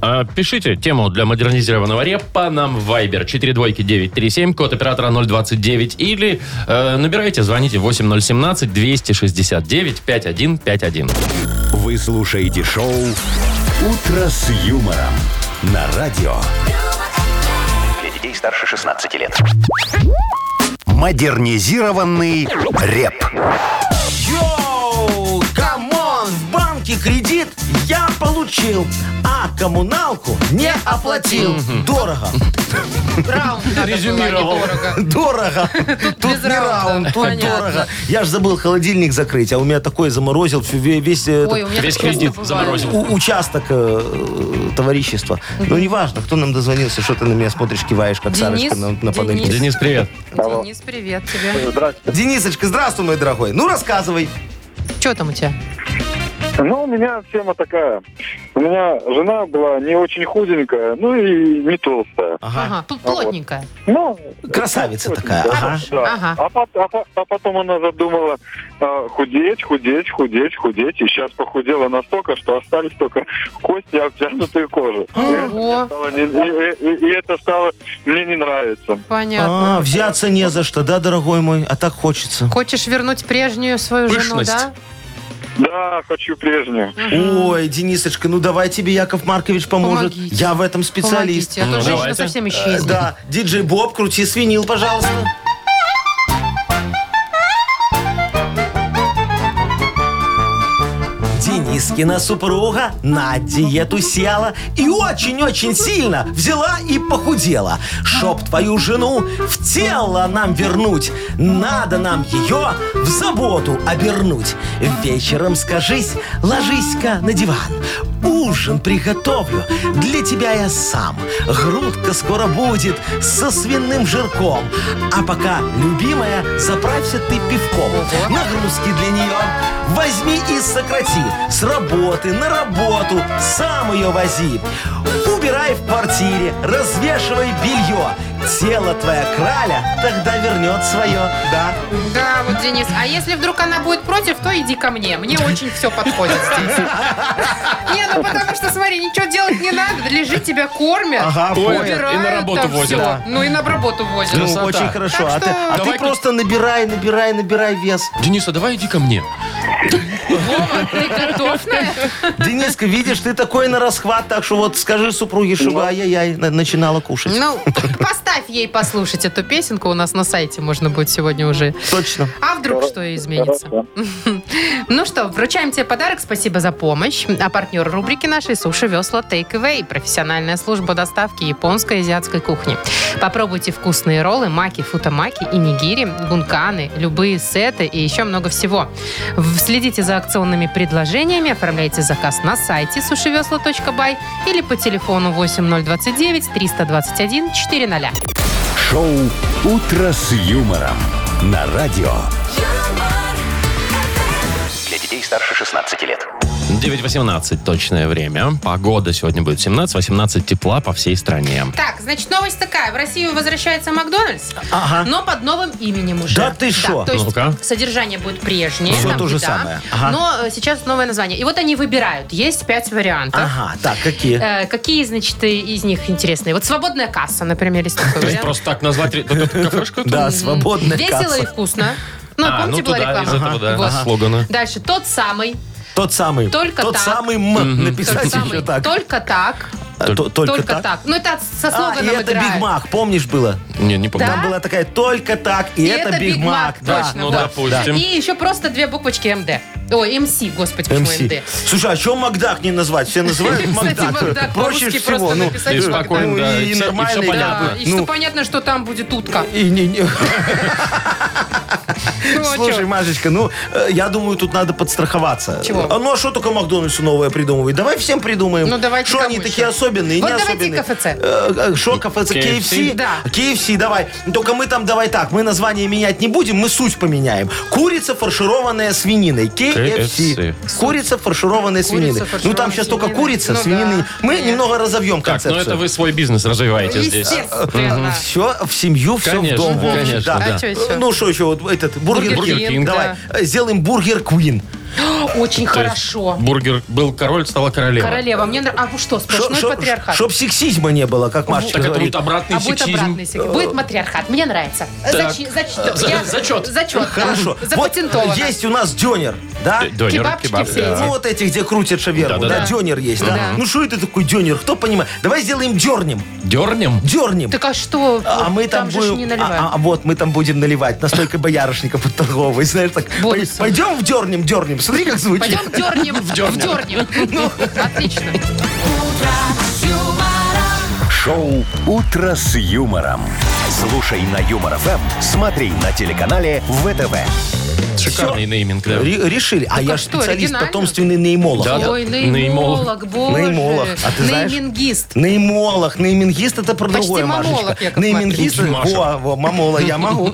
Speaker 4: А, Пишите тему для модернизированного репа нам в Viber 42937, код оператора 029, или э, набирайте, звоните 8017-269-5151.
Speaker 1: Вы слушаете шоу «Утро с юмором» на радио
Speaker 6: Для детей старше 16 лет.
Speaker 1: Модернизированный реп.
Speaker 3: Йоу, камон, в банке кредит я получил, а коммуналку не оплатил. Дорого,
Speaker 2: Раунд надо было,
Speaker 4: Резюмировал.
Speaker 2: недорого. (laughs)
Speaker 3: дорого.
Speaker 2: без
Speaker 3: Тут не
Speaker 2: раунда.
Speaker 3: раунд, тут
Speaker 2: Понятно.
Speaker 3: дорого. Я ж забыл холодильник закрыть, а у меня такой заморозил всю- ве- весь этот
Speaker 2: Ой, у меня
Speaker 4: Весь
Speaker 2: так часто
Speaker 4: кредит
Speaker 2: бывает.
Speaker 4: заморозил.
Speaker 3: у- участок э, э, товарищества. Ну, неважно, кто нам дозвонился, что ты на меня смотришь, киваешь, как
Speaker 2: Денис,
Speaker 3: Сарочка на, на
Speaker 2: Денис.
Speaker 3: панельке.
Speaker 4: Денис, привет.
Speaker 2: Денис, привет тебе.
Speaker 3: Денисочка, здравствуй, мой дорогой. Ну, рассказывай.
Speaker 2: Что там у тебя?
Speaker 5: Ну, у меня тема такая. У меня жена была не очень худенькая, ну и не толстая.
Speaker 4: А.
Speaker 2: Ага, тут плотненькая.
Speaker 5: Ну,
Speaker 3: Красавица такая. Ага.
Speaker 5: да.
Speaker 2: Ага.
Speaker 5: А, пот- а по- а потом она задумала э, худеть, худеть, худеть, худеть. И сейчас похудела настолько, что остались только кости, обтянутые кожи.
Speaker 2: Ого,
Speaker 5: Стало не- И, и- и это стало мне не нравится.
Speaker 2: понятно.
Speaker 3: А, взяться не за что, да, дорогой мой? А так хочется.
Speaker 2: Хочешь вернуть прежнюю свою жену,
Speaker 4: Пышность.
Speaker 2: да?
Speaker 5: Да, хочу прежнюю.
Speaker 3: Ой, Денисочка, ну давай тебе Яков Маркович поможет.
Speaker 2: Помогите.
Speaker 3: Я в этом специалист.
Speaker 2: Помогите, а то
Speaker 4: Ну,
Speaker 2: женщина
Speaker 4: давайте.
Speaker 2: совсем
Speaker 3: Э,
Speaker 2: исчезнет.
Speaker 3: Да, диджей Боб, крути свинил, пожалуйста. Денискина супруга на диету села и очень-очень сильно взяла и похудела. Чтоб твою жену в тело нам вернуть, надо нам ее в заботу обернуть. Вечером скажись, ложись-ка на диван. Ужин приготовлю для тебя я сам. Грудка скоро будет со свиным жирком. А пока, любимая, заправься ты пивком. Нагрузки для нее Возьми и сократи С работы на работу Сам ее вози Убирай в квартире Развешивай белье Тело твоя краля Тогда вернет свое Да
Speaker 2: Да, вот Денис. А если вдруг она будет против, то иди ко мне. Мне очень все подходит здесь. Не, ну потому что, смотри, ничего делать не надо. Лежит, тебя кормят.
Speaker 3: Ага,
Speaker 4: Ой,
Speaker 3: понял.
Speaker 4: И на работу
Speaker 2: там
Speaker 4: возят.
Speaker 2: всё. Ну и на работу возят.
Speaker 3: Ну,
Speaker 4: красота.
Speaker 3: очень хорошо.
Speaker 2: Так
Speaker 3: А ты,
Speaker 2: что
Speaker 3: а ты
Speaker 4: давай-ка-
Speaker 3: просто набирай, набирай, набирай вес.
Speaker 4: Денис, а давай иди ко мне.
Speaker 2: Вова, ты готов на это?
Speaker 3: Дениска, видишь, ты такой на расхват, так что вот скажи супруге, чтобы ай-яй-яй на- начинала кушать.
Speaker 2: Ну, поставь ей послушать эту песенку. У нас на сайте можно будет сегодня уже.
Speaker 3: Точно.
Speaker 2: А вдруг что изменится? (laughs) Ну что, вручаем тебе подарок. Спасибо за помощь. А партнер рубрики нашей «Суши весла Take Away» – профессиональная служба доставки японской и азиатской кухни. Попробуйте вкусные роллы, маки, футамаки и нигири, гунканы, любые сеты и еще много всего. В- Следите за акционными предложениями, оформляйте заказ на сайте сушевесла.бай или по телефону 8029 321 400.
Speaker 1: Шоу «Утро с юмором» на радио.
Speaker 6: Для детей старше 16 лет.
Speaker 4: 9.18 точное время. Погода сегодня будет 17-18 тепла по всей стране.
Speaker 2: Так, значит, новость такая. В Россию возвращается Макдональдс,
Speaker 3: Ага.
Speaker 2: но под новым именем уже.
Speaker 3: Да ты шо?
Speaker 2: то есть
Speaker 4: Ну-ка.
Speaker 2: содержание будет прежнее.
Speaker 3: Всё
Speaker 2: там
Speaker 3: то же
Speaker 2: еда,
Speaker 3: самое. Ага.
Speaker 2: Но э, сейчас новое название. И вот они выбирают. Есть пять вариантов.
Speaker 3: Ага, так, какие?
Speaker 2: Э, какие, значит, и- из них интересные? Вот свободная касса, например, есть такой
Speaker 4: То есть
Speaker 2: вариант.
Speaker 4: просто так назвать ре- вот эту кафешку?
Speaker 3: Да, свободная
Speaker 2: Весело и
Speaker 3: касса.
Speaker 2: вкусно. Ну,
Speaker 4: А,
Speaker 2: помните,
Speaker 4: ну
Speaker 2: была
Speaker 4: туда, из
Speaker 2: реклама?
Speaker 4: этого, да,
Speaker 2: Вот.
Speaker 4: из слогана.
Speaker 2: Дальше тот самый,
Speaker 3: Тот самый.
Speaker 2: Только
Speaker 3: Тот
Speaker 2: так.
Speaker 3: самый М.
Speaker 2: тот
Speaker 3: Написать
Speaker 2: самый,
Speaker 3: еще так.
Speaker 2: только так,
Speaker 3: А, то-
Speaker 2: только так. Ну, это от- со
Speaker 3: А, и
Speaker 2: слоганом
Speaker 3: это
Speaker 2: играют.
Speaker 3: Биг Мак, помнишь было?
Speaker 4: Не, не помню.
Speaker 3: Там была такая только так, и,
Speaker 2: И
Speaker 3: это Биг Мак. Да.
Speaker 2: точно.
Speaker 4: Ну,
Speaker 2: вот.
Speaker 4: допустим.
Speaker 2: И еще просто две буквочки МД. Ой, МС, господи, почему
Speaker 3: MC.
Speaker 2: МД?
Speaker 3: Слушай, а чем Макдак не назвать? Все называют
Speaker 2: Кстати, Макдак
Speaker 3: Макдак. Проще
Speaker 2: по-русски
Speaker 3: всего.
Speaker 2: просто
Speaker 3: ну,
Speaker 2: написать
Speaker 3: э,
Speaker 2: Макдак.
Speaker 4: Спокойно,
Speaker 3: ну,
Speaker 4: да, и всё-
Speaker 3: и
Speaker 4: и всё
Speaker 3: нормально.
Speaker 4: понятно.
Speaker 2: Да,
Speaker 3: да.
Speaker 2: и что
Speaker 3: Ну,
Speaker 2: понятно, что там будет утка.
Speaker 3: и не- не-
Speaker 2: Ну, а
Speaker 3: (laughs) Слушай,
Speaker 2: чё?
Speaker 3: Машечка, ну, э, я думаю, тут надо подстраховаться.
Speaker 2: Чего?
Speaker 3: А ну, а что только Макдональдсу новое придумывать? Давай всем придумаем.
Speaker 2: Ну, давайте
Speaker 3: Что они
Speaker 2: кому
Speaker 3: такие
Speaker 2: еще?
Speaker 3: особенные,
Speaker 2: Вот
Speaker 3: не
Speaker 2: давайте
Speaker 3: особенные?
Speaker 2: KFC.
Speaker 3: Э, э, Что, КФЦ?
Speaker 4: KFC?
Speaker 3: KFC?
Speaker 2: Да.
Speaker 3: KFC, давай. Только мы там, давай так, мы название менять не будем, мы суть поменяем. Курица, фаршированная свининой.
Speaker 4: KFC.
Speaker 3: KFC. Курица, фаршированная свининой. Ну, там сейчас только
Speaker 2: фаршированная
Speaker 3: курица,
Speaker 2: свинина. Ну,
Speaker 3: свинины.
Speaker 2: да.
Speaker 3: Мы
Speaker 2: Нет.
Speaker 3: немного разовьем
Speaker 4: Так, ну это
Speaker 3: концепцию.
Speaker 4: вы свой бизнес развиваете здесь.
Speaker 2: Естественно.
Speaker 3: Все в семью, все
Speaker 4: Конечно,
Speaker 3: в дом. Вовчик,
Speaker 4: конечно,
Speaker 3: да.
Speaker 2: да. А чё ещё?
Speaker 3: Ну, что еще? Вот этот, бургер,
Speaker 2: Бургер
Speaker 3: Кинг,
Speaker 4: Кинг,
Speaker 3: Давай, Э, сделаем бургер Квин.
Speaker 2: Очень
Speaker 4: То есть
Speaker 2: хорошо.
Speaker 4: Бургер был король, стала королева.
Speaker 2: Королева. Мне нравится. А вы что, сплошной патриархат?
Speaker 3: Чтоб сексизма не было, как Машечка
Speaker 4: Так это
Speaker 3: говорит.
Speaker 4: будет обратный
Speaker 2: А будет
Speaker 4: сексизм.
Speaker 2: обратный сексизм. Будет матриархат. Мне нравится.
Speaker 4: Так.
Speaker 2: Зачи- зачи-
Speaker 3: (laughs)
Speaker 4: За-
Speaker 2: я-
Speaker 4: зачет.
Speaker 2: Зачет. да.
Speaker 3: Ну, Хорошо.
Speaker 2: Запатентовано.
Speaker 3: Вот есть у нас дёнер, да?
Speaker 4: Э, донер,
Speaker 2: Кебабчики
Speaker 4: кебаб,
Speaker 2: все
Speaker 4: да.
Speaker 2: эти.
Speaker 3: Ну, вот эти, где крутят шаверму, да,
Speaker 4: Да-да-да.
Speaker 3: дёнер есть, да?
Speaker 2: Да.
Speaker 3: Ну, что это такой дёнер? Кто понимает? Давай сделаем дёрнем.
Speaker 4: Э, Дернем?
Speaker 3: Дёрнем.
Speaker 2: Так а что?
Speaker 3: А мы там,
Speaker 2: же ж
Speaker 3: будем,
Speaker 2: не
Speaker 3: а,
Speaker 2: наливают.
Speaker 3: а, а вот мы там будем наливать настойкой боярышника подторговой, знаешь, так.
Speaker 2: Бонусом.
Speaker 3: Пойдем в дернем, дернем. Смотри, как звучит. (laughs)
Speaker 2: Пойдем дернем. Вдернем. Ну, Отлично.
Speaker 1: Шоу «Утро с юмором». Слушай на Юмор ФМ, смотри на телеканале ВТВ.
Speaker 4: Шикарный нейминг, да.
Speaker 3: Ри- решили. А я ж
Speaker 2: Ну что,
Speaker 3: специалист
Speaker 2: оригинально?
Speaker 3: потомственный неймолог.
Speaker 4: Да.
Speaker 2: Ой,
Speaker 4: Неймолог.
Speaker 2: неймолог, боже.
Speaker 3: Неймолог. А ты знаешь?
Speaker 2: Неймингист.
Speaker 3: Неймолог, неймингист это про
Speaker 2: Почти
Speaker 3: другое,
Speaker 2: мамолог,
Speaker 3: Машечка.
Speaker 2: Яков
Speaker 3: Неймингист,
Speaker 4: Маркович.
Speaker 3: во, во, мамола,
Speaker 2: (laughs)
Speaker 3: я могу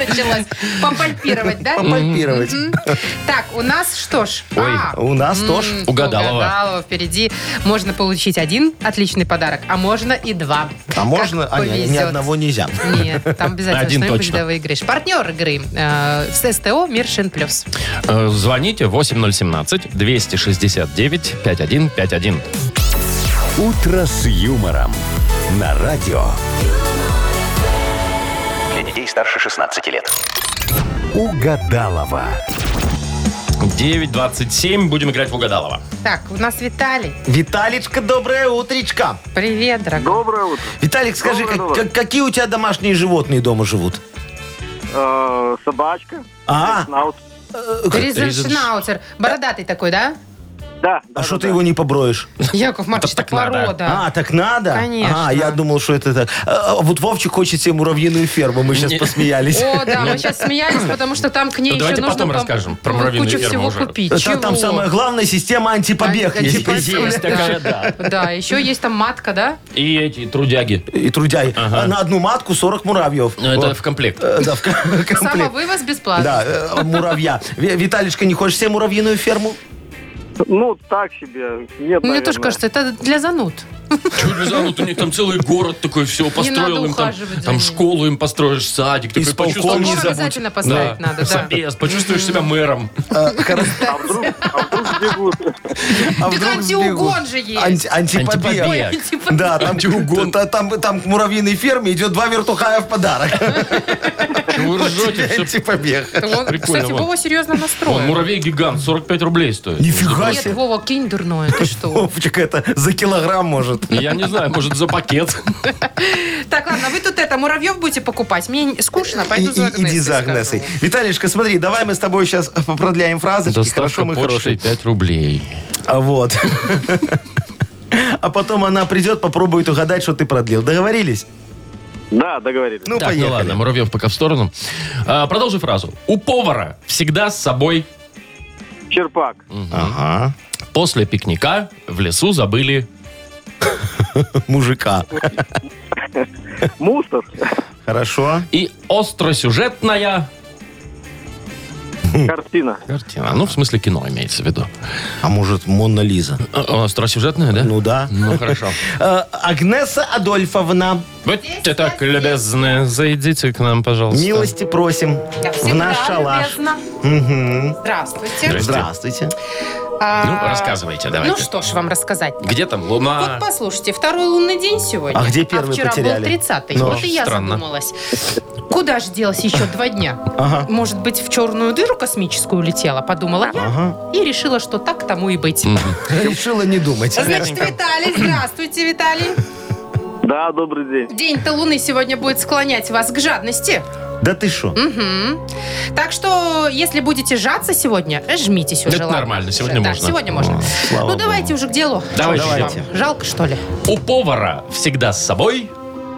Speaker 2: Началась. Попальпировать, да?
Speaker 3: попальпировать.
Speaker 2: М. Так, у нас что ж?
Speaker 4: Ой,
Speaker 2: А,
Speaker 3: У нас тоже.
Speaker 4: Угадалова.
Speaker 2: Угадалова впереди. Можно получить один отличный подарок, а можно и два.
Speaker 3: А можно,
Speaker 2: Как
Speaker 3: а не, ни
Speaker 2: повезет.
Speaker 3: одного нельзя.
Speaker 2: (laughs) Нет, там обязательно
Speaker 4: Один
Speaker 2: что-нибудь
Speaker 4: точно.
Speaker 2: да выиграешь. Партнер игры э, с СТО «Миршин Плюс».
Speaker 4: Э, Звоните 8017-269-5151.
Speaker 1: «Утро с юмором» на радио.
Speaker 6: Для детей старше 16 лет.
Speaker 1: Угадалова.
Speaker 4: 9.27. Будем играть в угадалова.
Speaker 2: Так, у нас Виталий.
Speaker 3: Виталичка, доброе утречко.
Speaker 4: (laughs)
Speaker 2: Привет, дорогой.
Speaker 5: Доброе утро.
Speaker 3: Виталик, скажи,
Speaker 5: Доброе,
Speaker 3: как-
Speaker 5: доброе.
Speaker 3: как- какие у тебя домашние животные дома живут?
Speaker 5: Э, собачка.
Speaker 3: А,
Speaker 5: Шнаут.
Speaker 2: Э, Резершнаутер. Бородатый
Speaker 4: (laughs)
Speaker 2: такой, да?
Speaker 5: Да.
Speaker 3: а
Speaker 5: да,
Speaker 3: что
Speaker 5: да,
Speaker 3: ты
Speaker 5: да.
Speaker 3: его не поброишь?
Speaker 2: Яков Маркович,
Speaker 4: так
Speaker 2: это
Speaker 4: надо.
Speaker 2: порода.
Speaker 3: А, так надо?
Speaker 2: Конечно.
Speaker 3: А, я думал, что это так. А, а вот Вовчик хочет себе муравьиную ферму, мы сейчас
Speaker 4: Не.
Speaker 2: (laughs)
Speaker 3: посмеялись.
Speaker 2: О, да, мы сейчас смеялись, потому что там к ней
Speaker 4: Ну,
Speaker 2: еще
Speaker 4: давайте
Speaker 2: нужно
Speaker 4: потом
Speaker 2: пом-
Speaker 4: расскажем про
Speaker 2: ну,
Speaker 4: муравьиную
Speaker 2: кучу
Speaker 4: ферму
Speaker 2: всего
Speaker 4: уже.
Speaker 2: купить.
Speaker 3: Та- Там,
Speaker 2: Чего?
Speaker 3: самая главная система антипобег
Speaker 2: Да,
Speaker 3: есть.
Speaker 2: типа
Speaker 4: Есть такая, да.
Speaker 2: Да, еще есть там матка, да?
Speaker 4: И эти трудяги.
Speaker 3: И трудяй.
Speaker 4: Ага.
Speaker 3: А На одну матку 40 муравьев.
Speaker 4: Ну, Это
Speaker 3: Вот.
Speaker 4: в комплект.
Speaker 3: Э, Да,
Speaker 2: (laughs)
Speaker 3: в ком- комплект.
Speaker 2: Самовывоз бесплатный.
Speaker 3: Да, э, муравья. Ви- Виталичка, не хочешь себе муравьиную ферму?
Speaker 5: Ну, так себе. Нет,
Speaker 2: Мне тоже
Speaker 5: наверное.
Speaker 2: кажется, это для зануд.
Speaker 4: Чуть ли занут, у них там целый город такой все построил
Speaker 2: надо
Speaker 4: им там,
Speaker 2: ухаживать за
Speaker 4: там
Speaker 2: ними.
Speaker 4: школу им построишь, садик. такой,
Speaker 3: Исполком
Speaker 4: почувствовал-
Speaker 3: не
Speaker 2: Забор
Speaker 3: забудь.
Speaker 2: обязательно поставить надо, да.
Speaker 4: Собес, почувствуешь себя мэром.
Speaker 2: (laughs)
Speaker 3: Э,
Speaker 5: А вдруг, а вдруг сбегут?
Speaker 3: А
Speaker 2: Так
Speaker 3: вдруг
Speaker 2: антиугон
Speaker 3: сбегут?
Speaker 2: же есть.
Speaker 3: Анти- Антипобег.
Speaker 4: Антипобег.
Speaker 2: Ой, типа,
Speaker 3: Да, там,
Speaker 4: Антиугон.
Speaker 3: та- там, там к муравьиной ферме идет два вертухая
Speaker 2: (laughs)
Speaker 3: в подарок.
Speaker 4: Чего вы ржете? Всё
Speaker 3: Антипобег.
Speaker 2: он,
Speaker 4: прикольно,
Speaker 2: кстати,
Speaker 4: вон.
Speaker 2: Вова серьезно
Speaker 4: Вон,
Speaker 2: настроен.
Speaker 4: муравей-гигант, 45 рублей стоит.
Speaker 3: Нифига
Speaker 2: Нет,
Speaker 3: себе.
Speaker 2: Вова, кинь дурное, ты что?
Speaker 3: Вовчик, это за килограмм может.
Speaker 4: Я не знаю, может, за пакет.
Speaker 2: Так, ладно, вы тут это, муравьев будете покупать? Мне скучно, пойду
Speaker 3: И-
Speaker 2: за
Speaker 3: и- Иди
Speaker 2: Агнесой
Speaker 3: за
Speaker 2: скажу.
Speaker 3: Агнесой. Виталишка, смотри, давай мы с тобой сейчас продляем фразочки. Хорошо,
Speaker 4: Доставка
Speaker 3: мы
Speaker 4: почтой
Speaker 3: хорошие.
Speaker 4: 5 рублей.
Speaker 3: А вот. А потом она придет, попробует угадать, что ты продлил. Договорились?
Speaker 5: Да, договорились.
Speaker 3: Ну,
Speaker 4: Так, ну ладно,
Speaker 3: поехали.
Speaker 4: Муравьев пока в сторону. А, продолжи фразу. У повара всегда с собой
Speaker 5: Черпак.
Speaker 3: Ага.
Speaker 4: после пикника в лесу забыли.
Speaker 3: Мужика.
Speaker 5: Мусор.
Speaker 3: Хорошо.
Speaker 4: И остросюжетная...
Speaker 5: Картина.
Speaker 4: Картина. Ну, в смысле кино имеется в виду.
Speaker 3: А может, Монна Лиза?
Speaker 4: А, Остросюжетная, да?
Speaker 3: Ну да.
Speaker 4: Ну, хорошо.
Speaker 3: Э, Агнеса Адольфовна,
Speaker 4: Вот это так, любезная, зайдите к нам, пожалуйста.
Speaker 3: милости просим
Speaker 2: Я
Speaker 3: в
Speaker 2: всегда
Speaker 3: наш шалаш.
Speaker 2: любезна.
Speaker 3: Мгм.
Speaker 2: Здравствуйте.
Speaker 3: Здравствуйте.
Speaker 2: А,
Speaker 4: Ну, рассказывайте, давайте.
Speaker 2: Ну, что ж вам рассказать.
Speaker 4: Где там
Speaker 2: Вот
Speaker 4: луна?
Speaker 2: послушайте, второй лунный день сегодня.
Speaker 3: А где первый
Speaker 2: вчера
Speaker 3: потеряли?
Speaker 2: был 30
Speaker 3: Ну,
Speaker 2: вот и я
Speaker 4: странно.
Speaker 2: задумалась. Куда же делась еще два дня?
Speaker 3: Ага.
Speaker 2: Может быть, в черную дыру космическую летела, подумала я.
Speaker 3: Ага.
Speaker 2: И решила, что так тому и быть.
Speaker 3: Решила не думать.
Speaker 2: Значит, Виталий, здравствуйте, Виталий.
Speaker 5: Да, добрый день.
Speaker 2: День-то Луны сегодня будет склонять вас к жадности.
Speaker 3: Да ты что?
Speaker 2: Мгм. Так что, если будете жаться сегодня, жмитесь уже.
Speaker 4: Это
Speaker 2: ладно.
Speaker 4: нормально, сегодня
Speaker 2: Да,
Speaker 4: можно.
Speaker 2: сегодня можно.
Speaker 3: слава
Speaker 2: ну,
Speaker 3: богу.
Speaker 2: давайте уже к делу.
Speaker 4: Давайте.
Speaker 2: Что ж вам,
Speaker 3: Давайте.
Speaker 2: Жалко, что ли?
Speaker 4: У повара всегда с собой...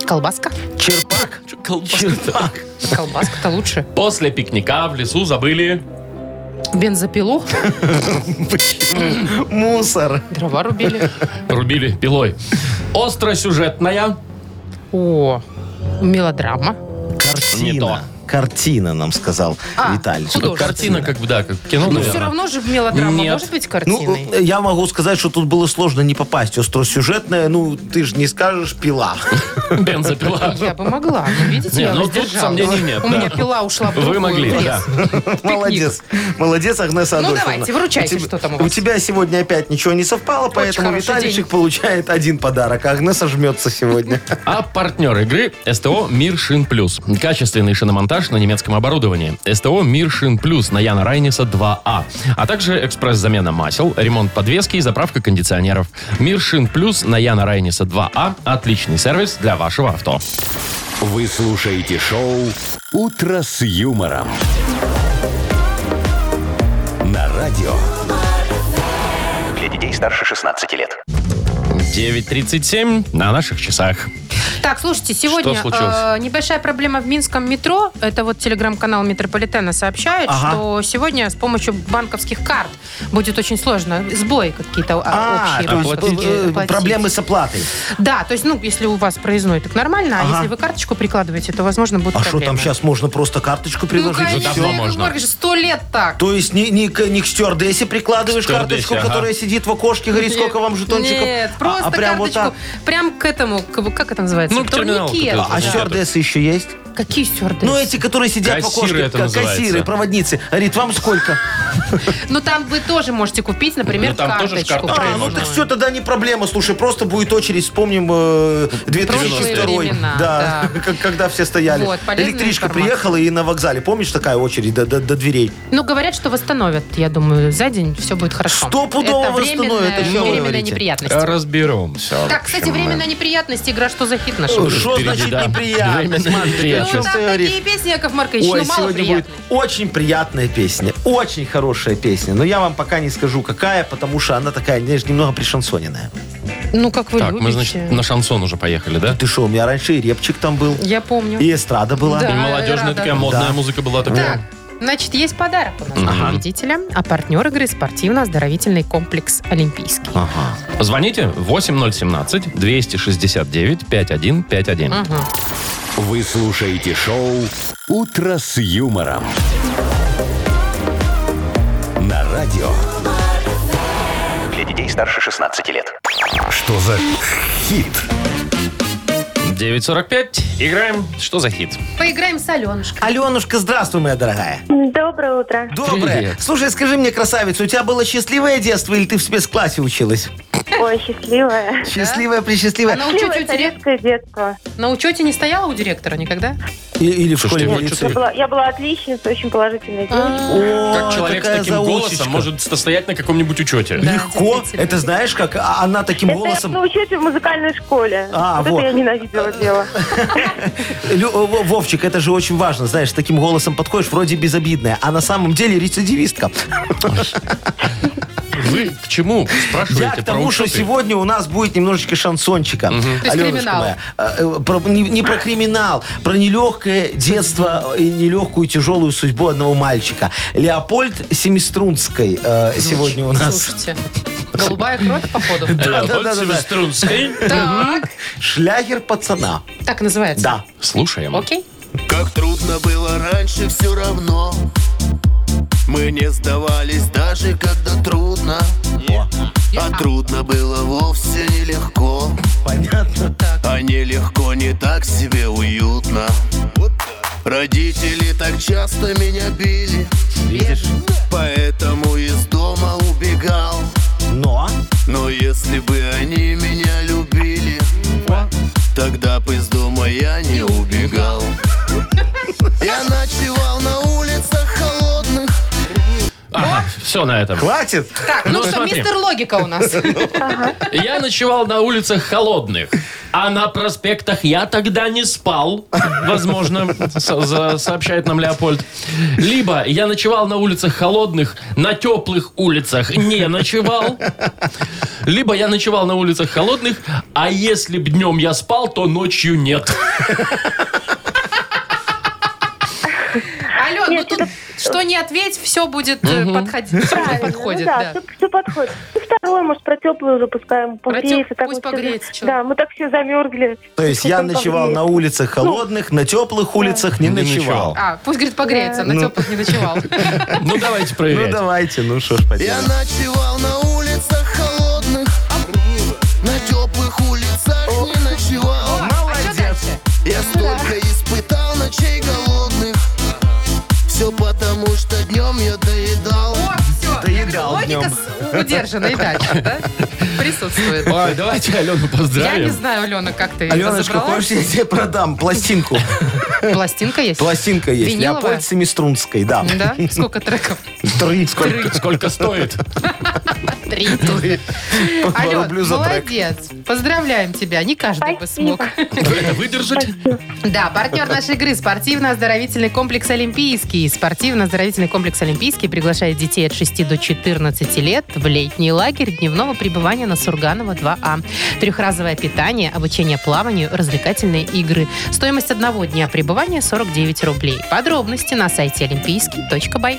Speaker 2: Колбаска?
Speaker 3: Черпак?
Speaker 4: Чё, колбаска?
Speaker 3: Черпак.
Speaker 2: Колбаска-то лучше.
Speaker 4: После пикника в лесу забыли...
Speaker 2: Бензопилу,
Speaker 3: Мусор.
Speaker 2: дрова рубили.
Speaker 4: Рубили пилой. Остросюжетная...
Speaker 2: О, мелодрама.
Speaker 3: Картина.
Speaker 4: Не то.
Speaker 3: картина, нам сказал
Speaker 2: А,
Speaker 3: Виталий.
Speaker 2: художественная.
Speaker 4: Картина, как бы, да, как кино,
Speaker 2: Ну,
Speaker 4: наверное.
Speaker 2: все равно же мелодрама
Speaker 4: Нет.
Speaker 2: может быть
Speaker 3: Ну,
Speaker 2: картиной.
Speaker 3: э, я могу сказать, что тут было сложно не попасть. Остросюжетная, ну, ты же не скажешь пила. э,
Speaker 4: Бензопила.
Speaker 2: я бы могла, но видите,
Speaker 4: Не,
Speaker 2: я
Speaker 4: ну, тут
Speaker 2: воздержалась.
Speaker 4: сомнений нет,
Speaker 2: У
Speaker 4: да.
Speaker 2: меня пила ушла в
Speaker 4: Вы
Speaker 2: другую
Speaker 4: могли,
Speaker 2: в лес.
Speaker 4: да.
Speaker 2: Пикник.
Speaker 3: Молодец. Молодец, Агнеса
Speaker 2: Ну,
Speaker 3: Адольфовна.
Speaker 2: давайте, выручайте,
Speaker 3: У тебя-
Speaker 2: что там у вас.
Speaker 3: тебя сегодня опять ничего не совпало, поэтому
Speaker 2: хороший день.
Speaker 3: Виталичек получает один подарок, а Агнеса жмется сегодня.
Speaker 4: А партнер игры СТО «Мир Шин Плюс». Качественный шиномонтаж на немецком оборудовании. СТО «Мир Шин Плюс» на Яна Райниса 2А. А также экспресс-замена масел, ремонт подвески и заправка кондиционеров. «Мир Шин Плюс» на Яна Райниса 2А. Отличный сервис для вашего авто.
Speaker 1: Вы слушаете шоу «Утро с юмором». На радио
Speaker 6: Для детей старше 16 лет.
Speaker 4: 9.37 на наших часах.
Speaker 2: Так, слушайте, сегодня
Speaker 4: Что случилось?
Speaker 2: э, небольшая проблема в Минском метро. Это вот телеграм-канал Метрополитена сообщает,
Speaker 3: Ага.
Speaker 2: что сегодня с помощью банковских карт будет очень сложно. Сбои какие-то (laughs) а,
Speaker 3: (laughs) А,
Speaker 2: общие.
Speaker 3: то есть,
Speaker 2: будут, э,
Speaker 3: э,
Speaker 2: платить.
Speaker 3: проблемы с оплатой.
Speaker 2: Да, то есть, ну, если у вас проездной, так нормально, а
Speaker 3: Ага.
Speaker 2: если вы карточку прикладываете, то, возможно, будут
Speaker 3: А что
Speaker 2: проблемы.
Speaker 3: там сейчас можно просто карточку
Speaker 2: Ну,
Speaker 3: приложить? и
Speaker 2: конечно,
Speaker 3: всё?
Speaker 4: давно
Speaker 2: Яков
Speaker 4: можно.
Speaker 2: Маркович, сто лет так.
Speaker 3: То есть не, не, к- не к стюардессе прикладываешь
Speaker 4: Стюардессе,
Speaker 3: карточку,
Speaker 4: ага.
Speaker 3: которая сидит в окошке, говорит, сколько вам жетончиков?
Speaker 2: Нет,
Speaker 3: А-
Speaker 2: просто
Speaker 3: а прям вот
Speaker 2: карточку.
Speaker 3: так?
Speaker 2: прям к этому, к- как это называется?
Speaker 4: Ну, к терминалу
Speaker 2: турнике.
Speaker 4: какой-то.
Speaker 3: А
Speaker 4: Да.
Speaker 3: стюардессы еще есть?
Speaker 2: Какие стюардессы?
Speaker 3: Ну, эти, которые сидят в
Speaker 4: Кассиры
Speaker 3: окошке,
Speaker 4: это
Speaker 3: ка-
Speaker 4: называется.
Speaker 3: кассиры, проводницы. Говорит, вам сколько?
Speaker 2: Ну, там вы тоже можете купить, например,
Speaker 4: Ну, там тоже с
Speaker 2: карточку.
Speaker 4: карточкой
Speaker 3: А, ну
Speaker 4: можно.
Speaker 3: так все, тогда не проблема. Слушай, просто будет очередь, вспомним э, 2002
Speaker 2: Прошлые времена,
Speaker 3: да, (laughs) к- когда все стояли.
Speaker 2: Вот, полезная
Speaker 3: Электричка
Speaker 2: информация.
Speaker 3: приехала и на вокзале. Помнишь, такая очередь до, до- до дверей?
Speaker 2: Ну, говорят, что восстановят, я думаю, за день все будет хорошо.
Speaker 3: Стопудово
Speaker 2: Это
Speaker 3: восстановят,
Speaker 2: временная-
Speaker 3: о чем вы
Speaker 2: временная
Speaker 3: говорите?
Speaker 2: неприятность.
Speaker 4: Разберемся.
Speaker 2: Так, кстати, временная неприятность, игра «Что за хит» наша?
Speaker 3: Э, Что
Speaker 4: впереди,
Speaker 3: значит
Speaker 4: да.
Speaker 3: неприятность,
Speaker 4: Временная
Speaker 3: Маш, ты о
Speaker 4: неприятность.
Speaker 3: чем
Speaker 2: Ну,
Speaker 3: ты
Speaker 2: там
Speaker 3: говоришь?
Speaker 2: такие песни, Яков Маркович,
Speaker 3: Ой,
Speaker 2: ну, мало
Speaker 3: сегодня будет
Speaker 2: приятных.
Speaker 3: очень приятная песня. Очень хорошая песня. Но я вам пока не скажу, какая, потому что она такая, знаешь, немного пришансоненная.
Speaker 2: Ну, как вы
Speaker 4: Так,
Speaker 2: любите.
Speaker 4: мы, значит, на шансон уже поехали, да?
Speaker 3: А Ты что, у меня раньше и репчик там был,
Speaker 2: Я помню.
Speaker 3: и эстрада была.
Speaker 4: И
Speaker 2: Да.
Speaker 4: молодежная
Speaker 2: рада.
Speaker 4: такая модная
Speaker 3: Да.
Speaker 4: музыка была
Speaker 2: Так,
Speaker 4: такая.
Speaker 2: значит, есть подарок у нас
Speaker 4: Мгм.
Speaker 2: для победителя, а партнер игры – спортивно-оздоровительный комплекс «Олимпийский».
Speaker 3: Ага.
Speaker 4: Звоните 8017 269 5151.
Speaker 2: Мгм.
Speaker 1: вы слушаете шоу «Утро с юмором». На радио
Speaker 6: Для детей старше 16 лет.
Speaker 1: «Что за хит?»
Speaker 4: 9.45. Играем. Что за хит?
Speaker 2: Поиграем с Аленушкой.
Speaker 3: Аленушка, здравствуй, моя дорогая.
Speaker 7: Доброе утро.
Speaker 3: Доброе.
Speaker 4: Привет.
Speaker 3: Слушай, скажи мне, красавица, у тебя было счастливое детство или ты в спецклассе училась?
Speaker 7: Ой, счастливое.
Speaker 3: Счастливое, пресчастливое.
Speaker 2: А на учете, у
Speaker 7: Счастливое
Speaker 2: дирек-
Speaker 7: советское детство.
Speaker 2: на учете не стояла у директора никогда?
Speaker 3: И- Или в
Speaker 4: Слушайте,
Speaker 3: школе
Speaker 4: вот
Speaker 3: милиции.
Speaker 7: Я была, я была отличницей, очень положительной девочкой.
Speaker 3: О,
Speaker 4: Как человек с
Speaker 3: такая
Speaker 4: таким
Speaker 3: заучечка.
Speaker 4: голосом может состоять на каком-нибудь учете?
Speaker 2: Да,
Speaker 3: Легко.
Speaker 2: действительно. ну
Speaker 3: Это знаешь, как а- она таким
Speaker 7: Это я
Speaker 3: голосом...
Speaker 7: на учете в музыкальной школе.
Speaker 3: А,
Speaker 7: вот,
Speaker 3: вот.
Speaker 7: это я ненавидела дело.
Speaker 3: Лю- э, Во- Вовчик, это же очень важно, знаешь, с таким голосом подходишь, вроде безобидная, а на самом деле рецидивистка.
Speaker 4: Вы к чему спрашиваете
Speaker 3: Я к тому,
Speaker 4: про
Speaker 3: что
Speaker 4: учеты?
Speaker 3: сегодня у нас будет немножечко шансончика.
Speaker 2: То есть
Speaker 3: Аленушка
Speaker 2: криминал.
Speaker 3: моя, э, э, про- не, не про криминал, про нелегкое детство и нелегкую тяжелую судьбу одного мальчика. Леопольд Семиструнской э, сегодня у нас.
Speaker 2: Слушайте, голубая кровь,
Speaker 4: (laughs)
Speaker 2: походу.
Speaker 4: Леопольд
Speaker 3: Да-да-да-да.
Speaker 4: Севеструнский.
Speaker 2: Так,
Speaker 3: Шлягер пацана.
Speaker 2: так и называется?
Speaker 3: Да.
Speaker 4: Слушаем.
Speaker 2: Окей.
Speaker 8: Как трудно было раньше, все равно Мы не сдавались, даже когда трудно А трудно было вовсе нелегко
Speaker 3: Понятно.
Speaker 8: А нелегко не так себе уютно Родители так часто меня били
Speaker 3: Видишь?
Speaker 8: Поэтому из дома убегал
Speaker 3: Но.
Speaker 8: Но если бы они меня любили Тогда бы из дома я не убегал Я ночевал на улицах холодных
Speaker 4: Ага, все на этом.
Speaker 3: Хватит.
Speaker 2: Так, ну,
Speaker 4: Ну,
Speaker 2: что,
Speaker 4: смотри.
Speaker 2: мистер Логика
Speaker 4: (laughs)
Speaker 2: у нас.
Speaker 4: Я ночевал на улицах холодных, а на проспектах я тогда не спал, возможно, со- за- сообщает нам Леопольд. Либо я ночевал на улицах холодных, на теплых улицах не ночевал. Либо я ночевал на улицах холодных, а если б днем я спал, то ночью нет.
Speaker 2: Ален, ну
Speaker 7: Нет,
Speaker 2: тут
Speaker 7: это-
Speaker 2: что не ответь, все будет э, подходить. Всё
Speaker 7: Правильно, ну
Speaker 2: подходит,
Speaker 7: да,
Speaker 2: да.
Speaker 7: Все, подходит. И второй может, про теплую уже пускай он
Speaker 2: Про теп-
Speaker 7: погреется. так
Speaker 2: пусть
Speaker 7: мы все-
Speaker 2: погреется человек.
Speaker 7: Да, мы так все замерзли.
Speaker 3: То есть
Speaker 7: Пусть
Speaker 3: я
Speaker 7: он
Speaker 3: ночевал
Speaker 7: погреется.
Speaker 3: на улицах холодных, на теплых улицах не
Speaker 4: Не
Speaker 3: ночевал.
Speaker 2: А, пусть, говорит, погреется, на
Speaker 3: Ну.
Speaker 2: теплых
Speaker 4: (laughs)
Speaker 2: не ночевал.
Speaker 4: Ну, давайте
Speaker 3: Ну
Speaker 4: проверять.
Speaker 3: давайте, ну что ж
Speaker 8: Я
Speaker 3: поделать.
Speaker 8: ночевал на улицах холодных, на теплых улицах не ночевал.
Speaker 2: А что дальше?
Speaker 8: Я столько испытал ночей голодных, все потому что днем я доедал.
Speaker 2: О, все.
Speaker 3: Доедал
Speaker 2: Логика
Speaker 3: днем.
Speaker 2: с- удержана и дальше, да? Присутствует.
Speaker 4: Ой, давайте Алену
Speaker 2: Я не
Speaker 4: поздравим.
Speaker 2: знаю, Алена, как ты
Speaker 3: Аленочка,
Speaker 2: разобралась.
Speaker 3: хочешь, я тебе продам
Speaker 2: (laughs)
Speaker 3: пластинку?
Speaker 2: Пластинка есть?
Speaker 3: Пластинка есть.
Speaker 2: Виниловая?
Speaker 3: Леопольд Семиструнской, да.
Speaker 2: Да? Сколько треков?
Speaker 3: Три.
Speaker 4: Сколько, сколько стоит?
Speaker 2: Три.
Speaker 3: По два
Speaker 2: Ален,
Speaker 3: рублю за трек.
Speaker 2: молодец. Поздравляем тебя. Не каждый бы смог.
Speaker 7: Спасибо.
Speaker 4: Вы это выдержите?
Speaker 2: Да, партнер нашей игры – спортивно-оздоровительный комплекс «Олимпийский». Спортивно-оздоровительный комплекс «Олимпийский» приглашает детей от 6 до 14 лет в летний лагерь дневного пребывания на Сурганова 2А. Трехразовое питание, обучение плаванию, развлекательные игры. Стоимость одного дня пребывания – 49 рублей. Подробности на сайте олимпийский.бай.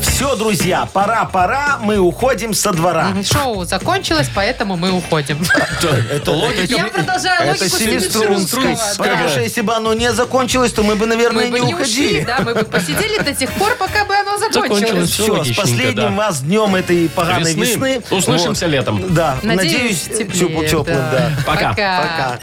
Speaker 3: Все, друзья, пора, пора, мы уходим со двора.
Speaker 2: Шоу закончилось, поэтому мы уходим.
Speaker 4: Это логика.
Speaker 2: Я продолжаю
Speaker 3: Это
Speaker 2: логику
Speaker 3: Синиструнская.
Speaker 2: Семиструнского, да.
Speaker 3: Потому что если бы оно не закончилось, то мы бы, наверное,
Speaker 2: Мы бы
Speaker 3: не
Speaker 2: не ушли,
Speaker 3: уходили.
Speaker 2: да, мы бы посидели до тех пор, пока бы оно
Speaker 4: Закончилось.
Speaker 2: закончилось.
Speaker 4: Всё
Speaker 3: Все, с
Speaker 4: логичненько,
Speaker 3: последним
Speaker 4: да.
Speaker 3: вас днем этой поганой
Speaker 4: Весны.
Speaker 3: весны.
Speaker 4: Услышимся
Speaker 3: Вот.
Speaker 4: летом.
Speaker 3: Да,
Speaker 2: Надеюсь,
Speaker 3: надеюсь,
Speaker 2: теплее, А,
Speaker 3: тепло- теплым,
Speaker 2: да.
Speaker 3: да.
Speaker 4: Пока.
Speaker 3: Пока.
Speaker 2: Пока.